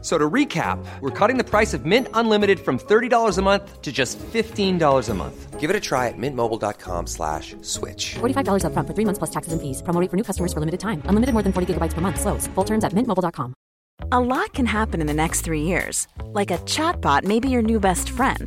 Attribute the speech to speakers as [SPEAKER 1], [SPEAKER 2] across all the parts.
[SPEAKER 1] So to recap, we're cutting the price of Mint Unlimited from $30 a month to just $15 a month. Give it a try at mintmobile.com slash switch.
[SPEAKER 2] $45 upfront for three months plus taxes and fees. Promo rate for new customers for limited time. Unlimited more than 40 gigabytes per month. Slows. Full terms at mintmobile.com.
[SPEAKER 3] A lot can happen in the next three years. Like a chatbot may be your new best friend.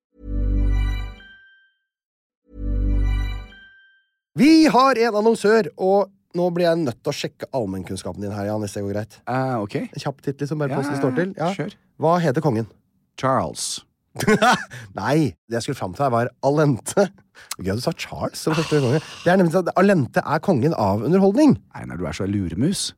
[SPEAKER 4] Vi har en annonsør, og nå blir jeg nødt til å sjekke allmennkunnskapen din her, Jan, hvis det går greit.
[SPEAKER 5] Eh, ok.
[SPEAKER 4] En kjapp titt, liksom, bare
[SPEAKER 5] Ja,
[SPEAKER 4] på hvordan det står til. Ja.
[SPEAKER 5] kjør.
[SPEAKER 4] Hva heter kongen?
[SPEAKER 5] Charles.
[SPEAKER 4] Nei, det jeg skulle fram til her, var Alente. Gøy at du sa Charles som første konge. Det er nemlig sånn at Alente er kongen av underholdning.
[SPEAKER 5] Einar, du er så luremus.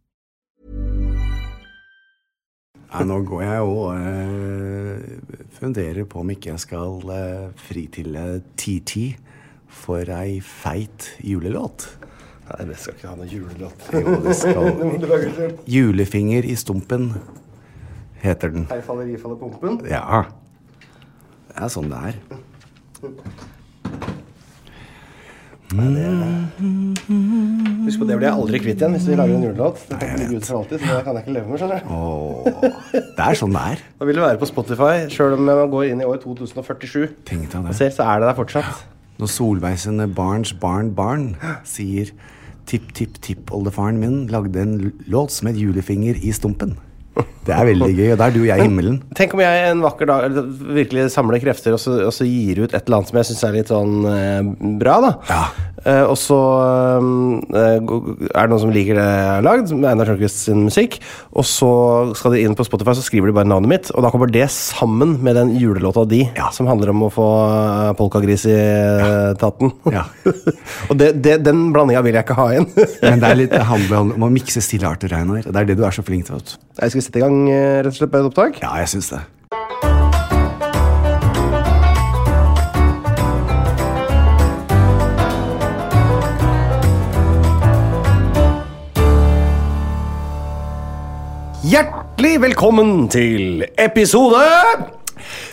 [SPEAKER 6] Nei, nå går jeg og eh, funderer på om ikke jeg skal eh, fri til eh, TT for ei feit julelåt. Nei, det skal ikke ha noe julelåt. Jo, det skal. Julefinger i stumpen heter den.
[SPEAKER 4] Her faller ifaller pumpen.
[SPEAKER 6] Ja. Det er sånn det er.
[SPEAKER 4] Husk på, det blir jeg aldri kvitt igjen hvis vi lager en julelåt. Det kan ligge ut for alltid, så det kan jeg ikke leve med, skjønner du.
[SPEAKER 6] Det er sånn det er.
[SPEAKER 4] Da vil det være på Spotify, sjøl om man går inn i år 2047.
[SPEAKER 6] Tenk deg det.
[SPEAKER 4] Og ser, så er det der fortsatt.
[SPEAKER 6] Når Solveig sine barns barn barn sier tipp, tipp, tipp, oldefaren min lagde en l- låt som het Julefinger i stumpen. Det er veldig gøy, og da er du og jeg i himmelen.
[SPEAKER 4] Tenk om jeg en vakker dag eller, virkelig samler krefter og så, og så gir ut et eller annet som jeg syns er litt sånn eh, bra, da.
[SPEAKER 6] Ja.
[SPEAKER 4] Eh, og så eh, er det noen som liker det jeg har lagd, med Einar Tørnquist sin musikk. Og så skal de inn på Spotify, så skriver de bare navnet mitt. Og da kommer det sammen med den julelåta di som handler om å få eh, polkagris i eh, tatten.
[SPEAKER 6] Ja.
[SPEAKER 4] og det, det, den blandinga vil jeg ikke ha igjen.
[SPEAKER 6] Men det, er litt, det handler om- om å mikse stilarter, Einar. Det er det du er så flink til. Vet. du.
[SPEAKER 4] Nei, Skal vi sette i gang eh, rett og slett med et opptak?
[SPEAKER 6] Ja, jeg syns det.
[SPEAKER 4] Hjertelig velkommen til episode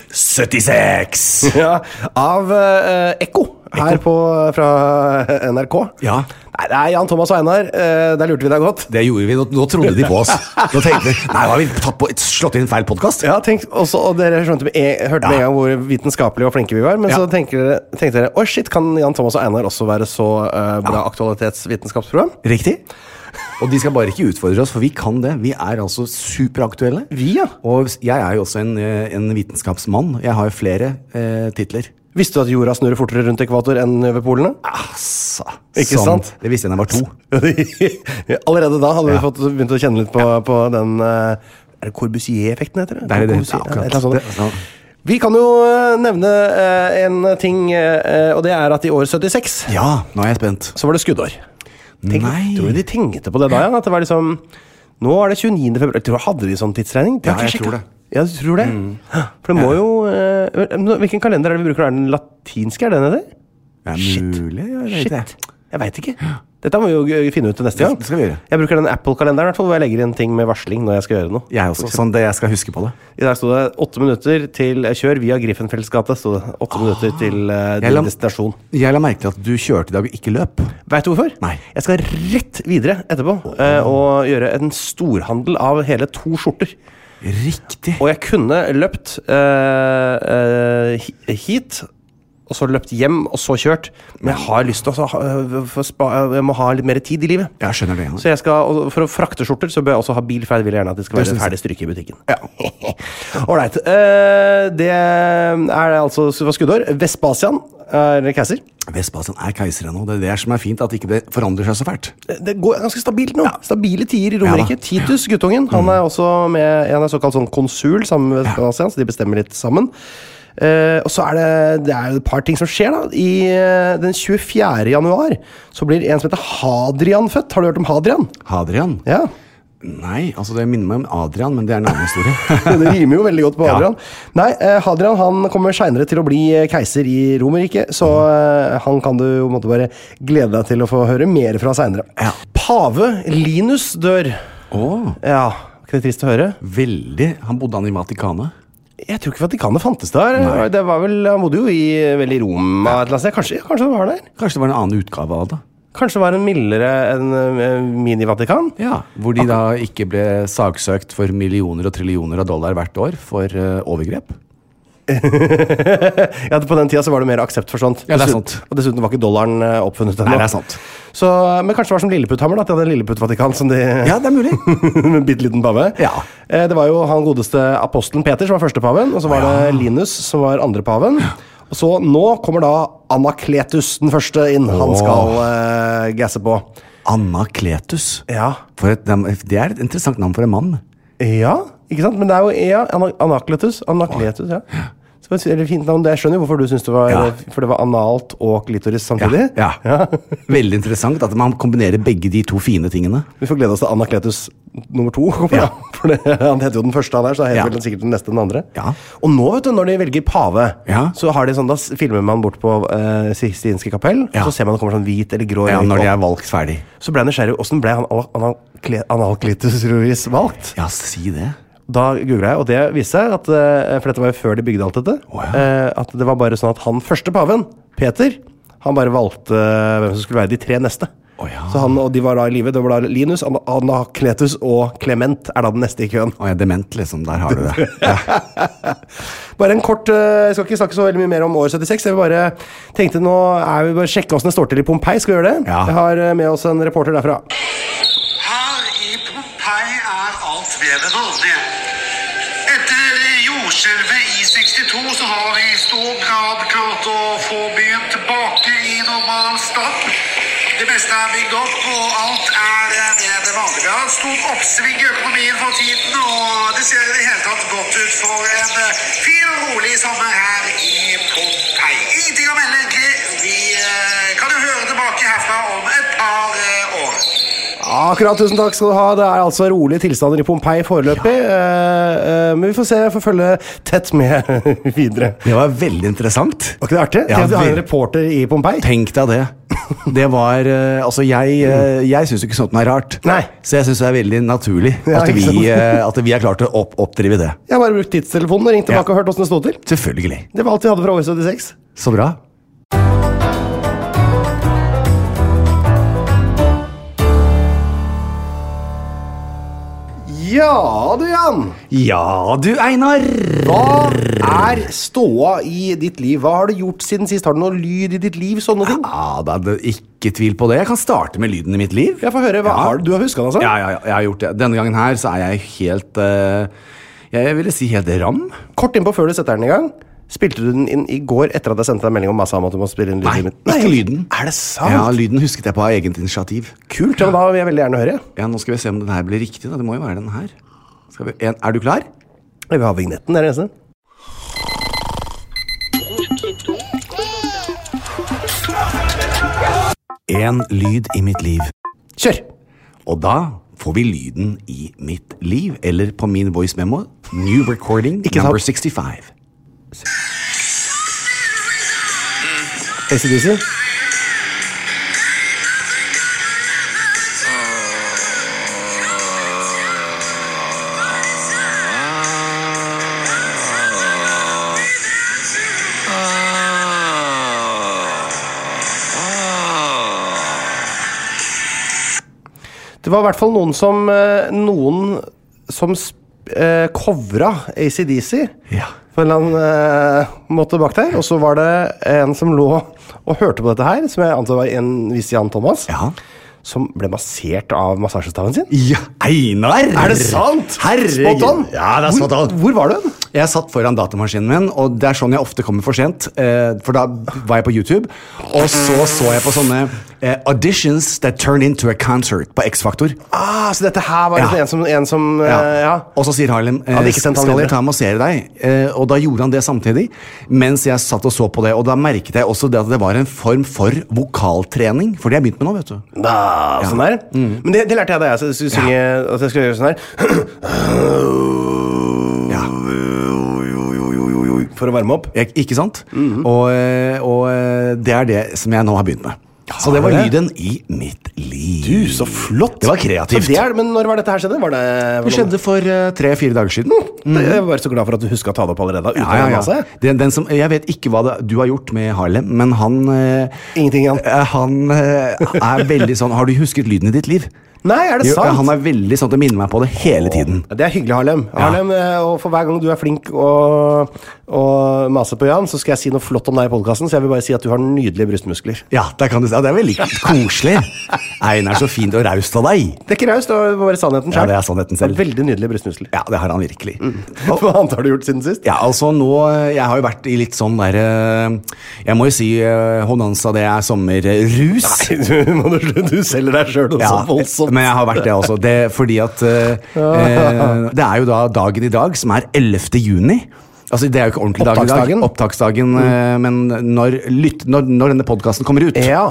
[SPEAKER 6] 76!
[SPEAKER 4] Ja, av eh, Ekko her på, fra eh, NRK.
[SPEAKER 6] Ja.
[SPEAKER 4] Nei, det er Jan Thomas og Einar. eh, der lurte vi deg godt.
[SPEAKER 6] Det gjorde vi. Nå, nå trodde de på oss. Nå tenkte de Nei, har vi tatt på, slått inn feil podkast?
[SPEAKER 4] Ja, tenk, også, og Dere skjønte med en, hørte med
[SPEAKER 6] Ja.
[SPEAKER 4] en gang hvor vitenskapelige og flinke vi var. Men
[SPEAKER 6] Ja.
[SPEAKER 4] så tenker dere, tenkte dere Å shit, kan Jan Thomas og Einar også være så eh, bra aktualitetsvitenskapsprogram?
[SPEAKER 6] Riktig. Og de skal bare ikke utfordre oss, for vi kan det. Vi er altså superaktuelle.
[SPEAKER 4] Vi, ja.
[SPEAKER 6] Og jeg er jo også en, eh, en vitenskapsmann. Jeg har jo flere eh, titler.
[SPEAKER 4] Visste du at jorda snurrer fortere rundt ekvator enn ved polene?
[SPEAKER 6] Altså,
[SPEAKER 4] Ikke
[SPEAKER 6] som-
[SPEAKER 4] sant?
[SPEAKER 6] Det visste jeg da jeg var to.
[SPEAKER 4] Allerede da hadde vi
[SPEAKER 6] Ja.
[SPEAKER 4] fått begynt å kjenne litt på, på den eh, Er det Corbusier-effekten, heter det?
[SPEAKER 6] Det er det,
[SPEAKER 4] Corbusier,
[SPEAKER 6] akkurat.
[SPEAKER 4] et eller annet sånt.
[SPEAKER 6] Det- altså-
[SPEAKER 4] Vi kan jo eh, nevne eh, en ting, eh, og det er at i år 76
[SPEAKER 5] Ja, nå er jeg spent.
[SPEAKER 4] så var det skuddår. Tenk,
[SPEAKER 5] Nei.
[SPEAKER 4] Tror du de tenkte på det da, Jan? At det var liksom Nå er det 29. februar. Tror du hadde de sånn tidsregning? Det har
[SPEAKER 5] Ja,
[SPEAKER 4] ikke
[SPEAKER 5] jeg
[SPEAKER 4] sjekket.
[SPEAKER 5] tror det.
[SPEAKER 4] Ja, du tror det?
[SPEAKER 6] Mm.
[SPEAKER 4] For det må jo eh, nå- Hvilken kalender er det vi bruker? Er den latinske? Er den det?
[SPEAKER 5] Det er
[SPEAKER 4] Shit.
[SPEAKER 5] mulig, jeg vet
[SPEAKER 4] Shit.
[SPEAKER 5] ikke.
[SPEAKER 4] Jeg veit ikke. Dette må vi jo g- finne ut til neste gang.
[SPEAKER 5] Det skal vi gjøre.
[SPEAKER 4] Jeg bruker den Apple-kalenderen i hvert fall, hvor jeg legger inn ting med varsling når jeg skal gjøre noe.
[SPEAKER 5] Jeg også, sånn det jeg skal huske på det.
[SPEAKER 4] I dag sto det åtte minutter til eh, kjør via Griffenfelds gate. Sto det. Åtte minutter til eh,
[SPEAKER 5] Ah. Jeg la-
[SPEAKER 4] din destinasjon.
[SPEAKER 5] Jeg la merke til at du kjørte i dag og ikke løp.
[SPEAKER 4] Veit du hvorfor?
[SPEAKER 5] Nei.
[SPEAKER 4] Jeg skal rett videre etterpå eh, og gjøre en storhandel av hele to skjorter.
[SPEAKER 5] Riktig.
[SPEAKER 4] Og jeg kunne løpt eh, eh, hi- hit, og så løpt hjem, og så kjørt. Men jeg har lyst til å ha, eh, få spa, jeg må ha litt mer tid i livet.
[SPEAKER 5] Jeg skjønner det. Jan.
[SPEAKER 4] Så jeg skal, og For å frakte skjorter så bør jeg også ha bil, for jeg vil gjerne at det skal
[SPEAKER 5] Det
[SPEAKER 4] være
[SPEAKER 5] synes jeg.
[SPEAKER 4] ferdig stryke i butikken. Ålreit. eh, det er altså det var skuddår. Vespasian er casser.
[SPEAKER 5] Vestbasen er keiser ennå. Det er det som er fint, at ikke det forandrer seg så fælt.
[SPEAKER 4] Det går ganske stabilt nå. Stabile tider i Romerike.
[SPEAKER 5] Ja da.
[SPEAKER 4] Titus, guttungen, han er også med Han er såkalt sånn konsul sammen med Vestasian, så de bestemmer litt sammen. Eh, og så er det, det er jo et par ting som skjer, da. I eh, Den 24. januar så blir en som heter Hadrian født. Har du hørt om Hadrian?
[SPEAKER 5] Hadrian?
[SPEAKER 4] Ja.
[SPEAKER 5] Nei, altså det minner meg om Adrian, men det er en annen historie.
[SPEAKER 4] Det rimer jo veldig godt på
[SPEAKER 5] Ja.
[SPEAKER 4] Hadrian. Nei, eh, Hadrian han kommer seinere til å bli eh, keiser i Romerriket, så eh, han kan du jo på en måte bare glede deg til å få høre mer fra seinere.
[SPEAKER 5] Ja.
[SPEAKER 4] Pave Linus dør.
[SPEAKER 5] Åh,
[SPEAKER 4] Ja, var ikke det trist å høre?
[SPEAKER 5] veldig. Han bodde han i Vatikanet?
[SPEAKER 4] Jeg tror ikke Vatikanet fantes der. Det var vel, Han bodde jo i, eh, vel i Roma et eller annet sted. Kanskje, kanskje det var der?
[SPEAKER 5] Kanskje det var en annen utgave av det?
[SPEAKER 4] Kanskje det var en mildere enn eh, mini-Vatikan?
[SPEAKER 5] Ja, Hvor de da ikke ble saksøkt for millioner og trillioner av dollar hvert år for eh, overgrep?
[SPEAKER 4] Ja, På den tida så var det mer aksept for sånt.
[SPEAKER 5] Ja, det er
[SPEAKER 4] Dessuten-
[SPEAKER 5] sant.
[SPEAKER 4] Og dessuten var ikke dollaren eh, oppfunnet ennå.
[SPEAKER 5] Nei, det er sant.
[SPEAKER 4] Så, eh, men kanskje det var som Lilleputthammer, da, at de hadde en Lilleputt-Vatikan som de
[SPEAKER 5] Ja, det er mulig.
[SPEAKER 4] Med en bitte liten pave.
[SPEAKER 5] Ja.
[SPEAKER 4] Eh, Det var jo han godeste apostelen Peter som var første paven, og så var det Linus som var andre paven. Og så nå kommer da Anakletus den første inn. Han
[SPEAKER 5] Åh.
[SPEAKER 4] skal eh, gasse på.
[SPEAKER 5] Anakletus.
[SPEAKER 4] Ja.
[SPEAKER 5] For et, det er et interessant navn for en mann.
[SPEAKER 4] Ja, ikke sant? Men det er jo ja, ana- Anakletus. Anakletus, ja. Så det var et veldig fint navn. Jeg skjønner jo hvorfor du syns det var
[SPEAKER 5] Ja.
[SPEAKER 4] For det var analt og klitoris samtidig.
[SPEAKER 5] Ja, ja. Veldig interessant at man kombinerer begge de to fine tingene.
[SPEAKER 4] Vi får glede oss til Anakletus nummer to. kommer da. For det, han heter jo den første, han her, så han heter
[SPEAKER 5] Ja.
[SPEAKER 4] vel sikkert den neste den andre.
[SPEAKER 5] Ja.
[SPEAKER 4] Og nå, vet du, når de velger pave,
[SPEAKER 5] Ja.
[SPEAKER 4] så har de sånn, da s- filmer man bort på eh, Sistinske kapell,
[SPEAKER 5] Ja.
[SPEAKER 4] så ser man det kommer sånn hvit eller grå
[SPEAKER 5] Ja,
[SPEAKER 4] røyk
[SPEAKER 5] når de
[SPEAKER 4] opp.
[SPEAKER 5] er valgt ferdig.
[SPEAKER 4] Så ble jeg nysgjerrig. Åssen ble han ana- anakle- Anakletus Ruiz valgt?
[SPEAKER 5] Ja, si det.
[SPEAKER 4] Da googla jeg, og det viste seg, at, eh, for dette var jo før de bygde alt dette,
[SPEAKER 5] Wow.
[SPEAKER 4] eh, at det var bare sånn at han første paven, Peter, han bare valgte eh, hvem som skulle være de tre neste.
[SPEAKER 5] Å ja.
[SPEAKER 4] Så han og de var da i live. Det var da Linus, Ana- Anakletus og Clement er da den neste i køen.
[SPEAKER 5] Å, jeg er dement, liksom. Der har du det. Ja.
[SPEAKER 4] Bare en kort eh, Jeg skal ikke snakke så veldig mye mer om år 76. Jeg vil bare tenkte nå er vi bare sjekke åssen det står til i Pompeii. Skal vi gjøre det?
[SPEAKER 5] Ja.
[SPEAKER 4] Jeg har eh, med oss en reporter derfra.
[SPEAKER 7] Her i Pompeii er alt vevet dårlig. Etter jordskjelvet i 62 så har vi i stor grad klart å få byen tilbake i normal stand. Det meste er bygd opp, og alt er eh, ved det vanlige. Vi har et stort oppsving i økonomien for tiden, og det ser i det hele tatt godt ut for en eh, fin og rolig sommer her i Pompeii. Ingenting å melde, egentlig. Vi eh, kan jo høre tilbake herfra om et par eh, år.
[SPEAKER 4] Akkurat, tusen takk skal du ha. Det er altså rolige tilstander i Pompeii foreløpig. eh, eh, men vi får se. Jeg får følge tett med videre.
[SPEAKER 5] Det var veldig interessant.
[SPEAKER 4] Var ikke det artig?
[SPEAKER 5] Ja,
[SPEAKER 4] Tenk at vi har en
[SPEAKER 5] vel-
[SPEAKER 4] reporter i Pompeii.
[SPEAKER 5] Tenk deg det. Det var eh, Altså, jeg, eh, jeg syns jo ikke sånt noe er rart.
[SPEAKER 4] Nei.
[SPEAKER 5] Så jeg syns det er veldig naturlig
[SPEAKER 4] Ja,
[SPEAKER 5] at
[SPEAKER 4] ikke sant?
[SPEAKER 5] vi, eh, at vi er klart til å opp oppdrive det.
[SPEAKER 4] Jeg har bare brukt tidstelefonen og ringt tilbake
[SPEAKER 5] Ja.
[SPEAKER 4] og hørt åssen det sto til.
[SPEAKER 5] Selvfølgelig.
[SPEAKER 4] Det var alt vi hadde fra år 76.
[SPEAKER 5] Så bra.
[SPEAKER 4] Ja du, Jan.
[SPEAKER 5] Ja du, Einar!
[SPEAKER 4] Hva er ståa i ditt liv? Hva har du gjort siden sist? Har du noe lyd i ditt liv? sånn Sånne ting?
[SPEAKER 5] Ja, da, det, ikke tvil på det. Jeg kan starte med lyden i mitt liv.
[SPEAKER 4] Jeg får høre, hva har du- du har husket den, altså?
[SPEAKER 5] Ja, ja, ja, jeg har gjort det. Denne gangen her så er jeg helt eh, Jeg ville si helt ram.
[SPEAKER 4] Kort innpå før du setter den i gang. Spilte du den inn i går etter at jeg sendte deg melding om massa om at du må spille inn lyden?
[SPEAKER 5] Nei, ikke lyden.
[SPEAKER 4] Er det sant?
[SPEAKER 5] Ja, lyden husket jeg på av eget initiativ.
[SPEAKER 4] Kult. Ja, men da vil jeg veldig gjerne høre.
[SPEAKER 5] Ja, Nå skal vi se om den her blir riktig. da. Det må jo være den her. Skal vi, en, er du klar?
[SPEAKER 4] Jeg vil ha vignetten. Det er det eneste.
[SPEAKER 5] én lyd i mitt liv.
[SPEAKER 4] Kjør!
[SPEAKER 5] Og da får vi lyden i mitt liv, eller på min voice memo, new recording
[SPEAKER 4] Ikke
[SPEAKER 5] number
[SPEAKER 4] sant?
[SPEAKER 5] 65.
[SPEAKER 4] ACDC.
[SPEAKER 7] 아, 아,
[SPEAKER 4] Det var i hvert fall noen som eh, Noen som sp- eh, covra ACDC.
[SPEAKER 5] Ja.
[SPEAKER 4] På en eller annen eh, måte bak der. Og så var det en som lå og hørte på dette her, som jeg antar var en viss Jan Thomas,
[SPEAKER 5] Ja.
[SPEAKER 4] som ble massert av massasjestaven sin.
[SPEAKER 5] ja. Einar!
[SPEAKER 4] Er det sant?
[SPEAKER 5] Herregud.
[SPEAKER 4] Spot on!
[SPEAKER 5] Ja, det er spot on.
[SPEAKER 4] Hvor, hvor var du? hen?
[SPEAKER 5] Jeg satt foran datamaskinen min, og det er sånn jeg ofte kommer for sent. Eh, for da var jeg på YouTube, og så så jeg på sånne eh, auditions that turn into a concert på X-Faktor.
[SPEAKER 4] Ah, så dette her var
[SPEAKER 5] Ja.
[SPEAKER 4] liksom en som, en som eh,
[SPEAKER 5] Ja.
[SPEAKER 4] ja.
[SPEAKER 5] Og så sier Harlem eh,
[SPEAKER 4] Hadde ikke sendt han
[SPEAKER 5] skal
[SPEAKER 4] videre.
[SPEAKER 5] jeg ta med og se deg. Eh, og da gjorde han det samtidig, mens jeg satt og så på det. Og da merket jeg også det at det var en form for vokaltrening, for det har jeg begynt med nå. vet du.
[SPEAKER 4] Da, Sånn der.
[SPEAKER 5] Mm.
[SPEAKER 4] Men det, det lærte jeg da jeg skulle synge at jeg skulle gjøre sånn her.
[SPEAKER 5] Ja.
[SPEAKER 4] For å varme opp.
[SPEAKER 5] Ik- Ikke sant?
[SPEAKER 4] Mhm.
[SPEAKER 5] og, eh, og eh, det er det som jeg nå har begynt med. Så det var
[SPEAKER 4] Har du det?
[SPEAKER 5] lyden i mitt liv.
[SPEAKER 4] Du, så flott!
[SPEAKER 5] Det var kreativt.
[SPEAKER 4] Så det er, men når var dette her skjedde? Var det, var
[SPEAKER 5] Det skjedde for tre-fire dager siden.
[SPEAKER 4] Jeg var så glad for at du huska å ta Mm. det opp allerede. Uten
[SPEAKER 5] Ja, ja,
[SPEAKER 4] å
[SPEAKER 5] ja.
[SPEAKER 4] mase.
[SPEAKER 5] Den, den som, jeg vet ikke hva det, du har gjort med Harlem, men han eh,
[SPEAKER 4] Ingenting igjen.
[SPEAKER 5] eh, Han eh, er veldig sånn Har du husket lyden i ditt liv?
[SPEAKER 4] Nei, er det
[SPEAKER 5] Jo, eh,
[SPEAKER 4] sant?
[SPEAKER 5] Han er veldig sånn at det minner meg på det hele tiden.
[SPEAKER 4] Ja, Det er hyggelig, Harlem. Harlem eh, og for hver gang du er flink og, og maser på Jan, så skal jeg si noe flott om deg i podkasten, så jeg vil bare si at du har nydelige brystmuskler.
[SPEAKER 5] Ja, der kan du, si- ja, det er veldig koselig. Einar, så fint og raust av deg.
[SPEAKER 4] Det er ikke raust, det var bare sannheten
[SPEAKER 5] Ja,
[SPEAKER 4] selv.
[SPEAKER 5] det er sannheten selv.
[SPEAKER 4] Veldig nydelige brystmuskler.
[SPEAKER 5] Ja, det har han virkelig.
[SPEAKER 4] Hva annet har du gjort siden sist?
[SPEAKER 5] Ja, altså nå, eh, Jeg har jo vært i litt sånn derre Jeg må jo si eh, Honanza, det er sommerrus.
[SPEAKER 4] Du, må du, slutte. du selger deg sjøl også voldsomt.
[SPEAKER 5] Men jeg har vært det også. Det, er fordi at eh, eh, Det er jo da dagen i dag, som er 11. juni. Altså, det er jo ikke ordentlig dag i
[SPEAKER 4] Opptaksdagen.
[SPEAKER 5] dag.
[SPEAKER 4] Mm.
[SPEAKER 5] Opptaksdagen. eh, men når, lytt, når, når denne podkasten kommer ut,
[SPEAKER 4] Ja.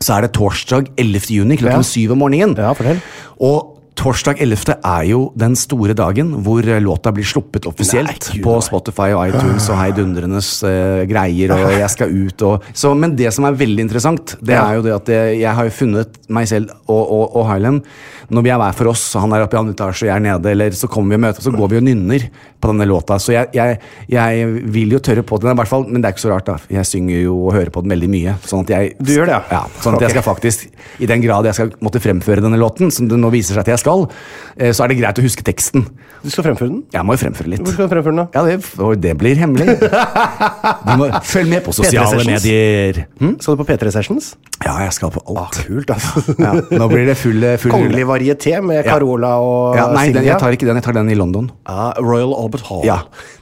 [SPEAKER 5] så er det torsdag 11. juni
[SPEAKER 4] Ja.
[SPEAKER 5] klokken syv om morgenen.
[SPEAKER 4] Ja, fortell.
[SPEAKER 5] Og Torsdag 11. er jo den store dagen hvor eh, låta blir sluppet offisielt
[SPEAKER 4] Nei, Gud,
[SPEAKER 5] på
[SPEAKER 4] nei.
[SPEAKER 5] Spotify og iTunes og heidundrenes eh, greier og jeg skal ut og så, Men det som er veldig interessant, det
[SPEAKER 4] Ja.
[SPEAKER 5] er jo det at jeg, jeg har jo funnet meg selv og, og, og Hylem Når vi er hver for oss, og han er oppe i andre etasje og jeg er nede, eller så kommer vi og møter, så går vi og nynner på denne låta. Så jeg, jeg, jeg vil jo tørre på den, i hvert fall, men det er ikke så rart, da. Jeg synger jo og hører på den veldig mye. Sånn at jeg
[SPEAKER 4] Du gjør det, ja?
[SPEAKER 5] ja sånn at jeg skal faktisk, I den grad jeg skal måtte fremføre denne låten, som det nå viser seg at jeg skal, eh, så er det greit å huske teksten.
[SPEAKER 4] Du skal fremføre den?
[SPEAKER 5] Jeg må jo fremføre litt.
[SPEAKER 4] Hvor skal du fremføre den, da?
[SPEAKER 5] Ja, det, og det blir hemmelig. Du må følg med på sosiale
[SPEAKER 4] P3-sessions.
[SPEAKER 5] medier. Hm?
[SPEAKER 4] Skal du på P3 Sessions?
[SPEAKER 5] Ja, jeg skal på alt.
[SPEAKER 4] Kult, altså.
[SPEAKER 5] Ja, nå blir det full, full
[SPEAKER 4] Kongelig varieté med
[SPEAKER 5] Ja.
[SPEAKER 4] Carola og
[SPEAKER 5] ja, Nei, den,
[SPEAKER 4] Silja.
[SPEAKER 5] jeg tar ikke den. Jeg tar den i London.
[SPEAKER 4] Ja, Royal Albert Hall.
[SPEAKER 5] Ja.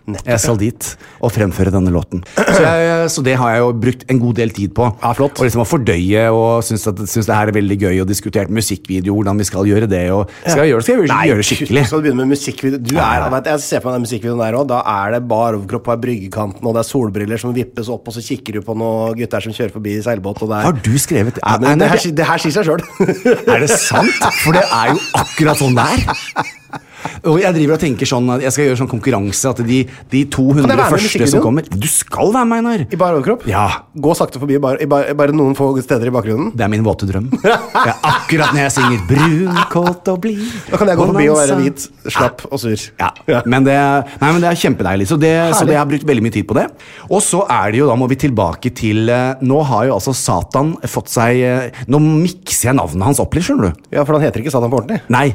[SPEAKER 4] Nettopp.
[SPEAKER 5] Jeg skal dit og fremføre denne låten. Så, jeg, så det har jeg jo brukt en god del tid på.
[SPEAKER 4] Ja, Ah, flott.
[SPEAKER 5] Og liksom å fordøye og synes, at, synes det her er veldig gøy og diskutert musikkvideo, hvordan vi skal gjøre det. Og skal jeg gjøre det, skal jeg gjøre, gjøre det skikkelig.
[SPEAKER 4] Skal du begynne med musikkvideo? Du
[SPEAKER 5] Ja,
[SPEAKER 4] er,
[SPEAKER 5] ja.
[SPEAKER 4] vet du, jeg ser på den musikkvideoen der også, Da er det bar overkropp på bryggekanten, og det er solbriller som vippes opp, og så kikker du på noen gutter som kjører forbi i seilbåt, og det er
[SPEAKER 5] Har du skrevet
[SPEAKER 4] ja, men,
[SPEAKER 5] Einar,
[SPEAKER 4] det, her,
[SPEAKER 5] det-
[SPEAKER 4] si- det her sier seg sjøl.
[SPEAKER 5] Er det sant? For det er jo akkurat sånn det er. Og jeg driver og tenker sånn at jeg skal gjøre sånn konkurranse at de, de
[SPEAKER 4] Kan jeg være med
[SPEAKER 5] 200
[SPEAKER 4] i
[SPEAKER 5] første som
[SPEAKER 4] musikkvideoen?
[SPEAKER 5] kommer Du skal være med, Einar!
[SPEAKER 4] I bar overkropp?
[SPEAKER 5] Ja.
[SPEAKER 4] Gå sakte forbi bar, i bar, bare noen få steder i bakgrunnen.
[SPEAKER 5] Det er min våte drøm. Det er akkurat når jeg synger 'brun, kåt og blid'.
[SPEAKER 4] Da kan jeg gå forbi og være
[SPEAKER 5] Bonanza.
[SPEAKER 4] hvit, slapp og sur.
[SPEAKER 5] Ja, men det, nei, men det er kjempedeilig. Så det, så det jeg har brukt veldig mye tid på det. Og så er det jo, da må vi tilbake til eh, Nå har jo altså Satan fått seg eh, Nå mikser jeg navnet hans opp litt, skjønner du.
[SPEAKER 4] Ja, for han heter ikke Satan på ordentlig.
[SPEAKER 5] Nei.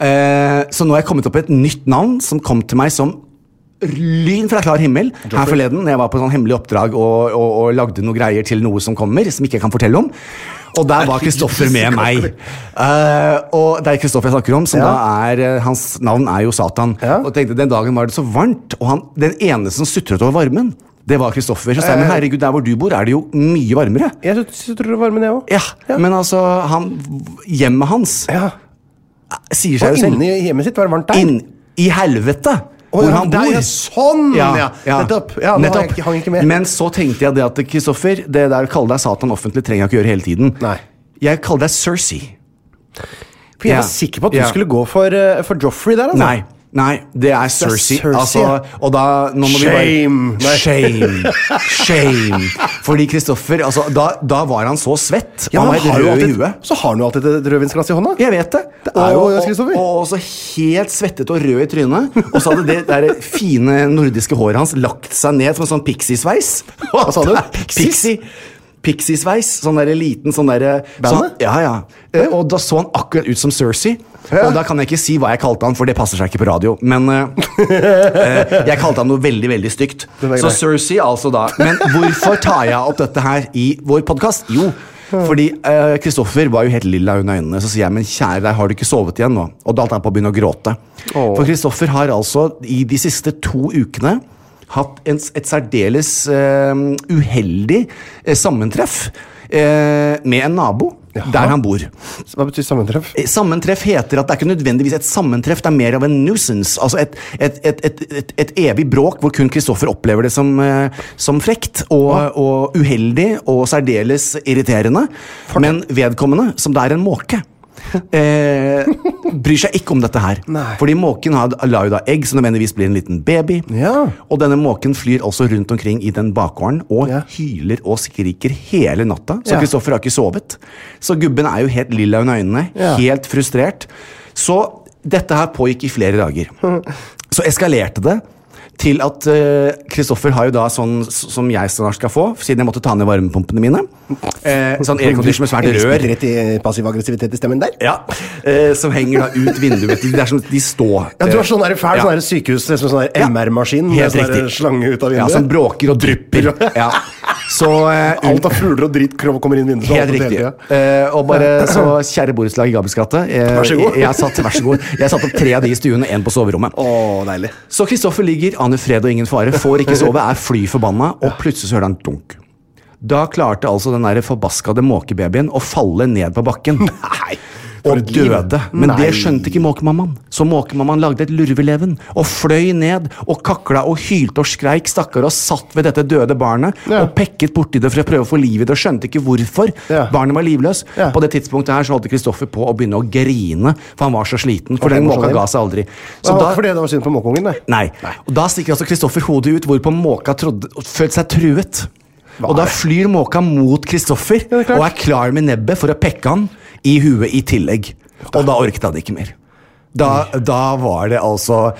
[SPEAKER 5] Eh, så nå har jeg kommet opp med et nytt navn som kom til meg som lyn fra klar himmel her forleden. når Jeg var på sånn hemmelig oppdrag og, og, og lagde noen greier til noe som kommer, som ikke jeg kan fortelle om. Og der var Kristoffer med meg. Eh, og det er Kristoffer jeg snakker om, som
[SPEAKER 4] Ja.
[SPEAKER 5] da er eh, Hans navn er jo Satan.
[SPEAKER 4] Ja.
[SPEAKER 5] Og tenkte Den dagen var det så varmt, og han, den ene som sutret over varmen, det var Kristoffer. Så sa
[SPEAKER 4] Eh,
[SPEAKER 5] jeg men herregud, der hvor du bor, er det jo mye varmere.
[SPEAKER 4] Jeg syns du tror det varmer, jeg òg.
[SPEAKER 5] Ja, Men altså, han, hjemmet hans
[SPEAKER 4] Ja.
[SPEAKER 5] sier seg
[SPEAKER 4] Og
[SPEAKER 5] jo selv.
[SPEAKER 4] inne i hjemmet sitt var det varmt der.
[SPEAKER 5] Inn i helvete!
[SPEAKER 4] Å,
[SPEAKER 5] hvor
[SPEAKER 4] ja,
[SPEAKER 5] han
[SPEAKER 4] der,
[SPEAKER 5] bor.
[SPEAKER 4] ja, sånn, ja. Nettopp. Ja, nå hang jeg ikke- hang ikke med.
[SPEAKER 5] Men så tenkte jeg det at Kristoffer, det der å kalle deg Satan offentlig trenger jeg ikke gjøre hele tiden.
[SPEAKER 4] Nei.
[SPEAKER 5] Jeg kaller deg Cersei.
[SPEAKER 4] For jeg
[SPEAKER 5] Ja.
[SPEAKER 4] var sikker på at du
[SPEAKER 5] Ja.
[SPEAKER 4] skulle gå for, eh, for Joffrey der, altså.
[SPEAKER 5] Nei. Nei, det er Cersei.
[SPEAKER 4] Cersei,
[SPEAKER 5] altså,
[SPEAKER 4] ja.
[SPEAKER 5] og da, nå må
[SPEAKER 4] Shame.
[SPEAKER 5] Vi bare,
[SPEAKER 4] Nei.
[SPEAKER 5] shame! Shame! Fordi Kristoffer altså, da, da var han så svett.
[SPEAKER 4] Ja,
[SPEAKER 5] han
[SPEAKER 4] men
[SPEAKER 5] var
[SPEAKER 4] har
[SPEAKER 5] helt
[SPEAKER 4] jo
[SPEAKER 5] rød i
[SPEAKER 4] alltid,
[SPEAKER 5] huet.
[SPEAKER 4] så har han jo alltid et rødvinsglass i hånda.
[SPEAKER 5] Jeg vet det.
[SPEAKER 4] Det er jo
[SPEAKER 5] og,
[SPEAKER 4] Jens
[SPEAKER 5] og,
[SPEAKER 4] Kristoffer.
[SPEAKER 5] og også helt svettet og rød i trynet. Og så hadde det der fine nordiske håret hans lagt seg ned som en sånn pixiesveis.
[SPEAKER 4] Hva sa du?
[SPEAKER 5] Pixie. Pixiesveis. Sånn der liten sånn derre
[SPEAKER 4] Bandet?
[SPEAKER 5] Ja, ja. Eh, Og da så han akkurat ut som Cersei. Og da kan jeg ikke si hva jeg kalte han, for det passer seg ikke på radio. Men eh, eh, jeg kalte han noe veldig, veldig stygt.
[SPEAKER 4] var grei.
[SPEAKER 5] Så Cersei altså da. Men hvorfor tar jeg opp dette her i vår podkast? Jo, fordi Kristoffer var jo helt lilla under øynene. Så sier jeg, men kjære deg, har du ikke sovet igjen nå? Og da holdt han på å begynne å gråte. For Kristoffer har altså i de siste to ukene hatt en, s- et særdeles eh, uheldig eh, sammentreff eh, med en nabo der han bor.
[SPEAKER 4] Hva betyr sammentreff?
[SPEAKER 5] Eh, Sammentreff heter at det er ikke nødvendigvis et sammentreff, det er mer av en nuisance. Altså et, et, et, et, et, et evig bråk hvor kun Kristoffer opplever det som, eh, som frekt og, og uheldig og særdeles irriterende. Men vedkommende, som det er en måke eh, bryr seg ikke om dette her.
[SPEAKER 4] Nei.
[SPEAKER 5] Fordi måken har, la jo da egg, som nødvendigvis blir en liten baby.
[SPEAKER 4] Ja.
[SPEAKER 5] Og denne måken flyr også rundt omkring i den bakgården og
[SPEAKER 4] Ja.
[SPEAKER 5] hyler og skriker hele natta. Så
[SPEAKER 4] Ja.
[SPEAKER 5] Kristoffer Kristoffer har ikke sovet. Så gubben er jo helt lilla under øynene,
[SPEAKER 4] Ja.
[SPEAKER 5] helt frustrert. Så dette her pågikk i flere dager. Så eskalerte det til at eh, Kristoffer har jo da sånn s- som jeg snart skal få, siden jeg måtte ta ned varmepumpene mine. Eh, sånn aircondition med svært rør.
[SPEAKER 4] Passiv aggressivitet i stemmen der?
[SPEAKER 5] Ja, eh, som henger da ut vinduet. Det er som de står eh,
[SPEAKER 4] Ja, du har sånn der fæl
[SPEAKER 5] Ja.
[SPEAKER 4] sånn der sykehus, det er som en sånn der
[SPEAKER 5] Ja.
[SPEAKER 4] MR-maskin med
[SPEAKER 5] Helt
[SPEAKER 4] sånn der
[SPEAKER 5] riktig.
[SPEAKER 4] slange ut av vinduet.
[SPEAKER 5] Ja, sånn som bråker og drypper. Ja. Så eh,
[SPEAKER 4] Alt av fugler og dritt krom- kommer inn i vinduet. så alt
[SPEAKER 5] Helt
[SPEAKER 4] er
[SPEAKER 5] riktig.
[SPEAKER 4] hele tiden.
[SPEAKER 5] Eh, og bare så kjære borettslag i Gabels gate. eh,
[SPEAKER 4] Vær så god.
[SPEAKER 5] Jeg, jeg satt, vær så god. Jeg satt opp tre av de i stuene, én på soverommet.
[SPEAKER 4] Å, deilig.
[SPEAKER 5] Så Kristoffer ligger, aner fred og ingen fare, får ikke sove, er fly forbanna, og plutselig så hører han dunk. Da klarte altså den der forbaskede måkebabyen å falle ned på bakken. Nei,
[SPEAKER 4] for
[SPEAKER 5] og
[SPEAKER 4] et liv.
[SPEAKER 5] døde. Men
[SPEAKER 4] Nei.
[SPEAKER 5] det skjønte ikke måkemammaen. Så måkemammaen lagde et lurveleven og fløy ned og kakla og hylte og skreik, stakkar, og satt ved dette døde barnet
[SPEAKER 4] Ja.
[SPEAKER 5] og pekket borti det for å prøve å få liv i det, og skjønte ikke hvorfor.
[SPEAKER 4] Ja.
[SPEAKER 5] Barnet var livløs.
[SPEAKER 4] Ja.
[SPEAKER 5] På det tidspunktet her så holdt Kristoffer på å begynne å grine, for han var så sliten. For
[SPEAKER 4] Ok,
[SPEAKER 5] den
[SPEAKER 4] morsom
[SPEAKER 5] måka
[SPEAKER 4] del.
[SPEAKER 5] ga seg aldri.
[SPEAKER 4] Så
[SPEAKER 5] Så
[SPEAKER 4] det
[SPEAKER 5] da-
[SPEAKER 4] var fordi det var synd på måkeungen, det.
[SPEAKER 5] Nei. Og da stikker altså Kristoffer hodet ut, hvorpå måka trodde, følte seg truet. og da flyr måka mot Kristoffer
[SPEAKER 4] Ja, det er klart.
[SPEAKER 5] og er klar med nebbet for å pekke han i huet i tillegg. Og da orket han ikke mer. Da, da var det altså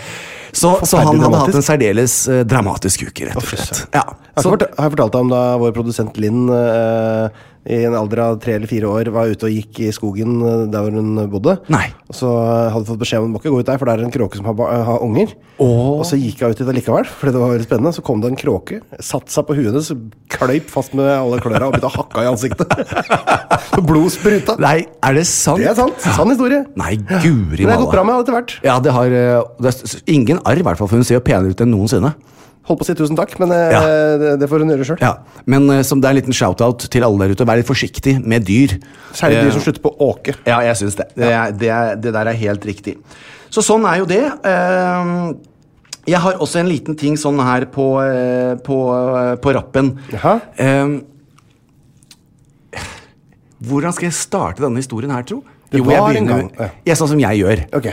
[SPEAKER 5] Så, så han hadde hatt en særdeles eh, dramatisk uke, rett og slett. Ja.
[SPEAKER 4] Har,
[SPEAKER 5] Så,
[SPEAKER 4] ikke fortalt, har jeg fortalt deg om da vår produsent Linn eh, i en alder av tre eller fire år var ute og gikk i skogen eh, der hvor hun bodde?
[SPEAKER 5] Nei.
[SPEAKER 4] Og så hadde hun fått beskjed om at hun må ikke gå ut der, for det er en kråke som har, ba- har unger. Og så gikk hun ut dit likevel, fordi det var veldig spennende. Så kom det en kråke, satte seg på huet hennes, kløyp fast med alle klørne og begynte å hakke i ansiktet. Blod spruta.
[SPEAKER 5] nei, er det sant?
[SPEAKER 4] Det er sant. Sann historie.
[SPEAKER 5] Nei, guri
[SPEAKER 4] Men det har gått bra med
[SPEAKER 5] malla.
[SPEAKER 4] henne etter hvert.
[SPEAKER 5] Ja, det har eh, det er s- ingen arr, i hvert fall, for hun ser jo penere ut enn noensinne.
[SPEAKER 4] Holdt på å si tusen takk, men eh,
[SPEAKER 5] Ja.
[SPEAKER 4] det, det får hun gjøre sjøl.
[SPEAKER 5] Ja, Men eh, som det er en liten shout-out til alle der ute, vær litt forsiktig med dyr.
[SPEAKER 4] Særlig de
[SPEAKER 5] Eh,
[SPEAKER 4] som slutter på åke.
[SPEAKER 5] Ja, jeg syns det. Det, er- det, er- det der er helt riktig. Så sånn er jo det. Ehm, Jeg har også en liten ting sånn her på, eh, på, eh, på rappen.
[SPEAKER 4] Jaha.
[SPEAKER 5] Ehm, Hvordan skal jeg starte denne historien her, tro?
[SPEAKER 4] Det
[SPEAKER 5] jeg
[SPEAKER 4] var en
[SPEAKER 5] begynner
[SPEAKER 4] gang, ja.
[SPEAKER 5] ja, sånn som jeg gjør.
[SPEAKER 4] Ok,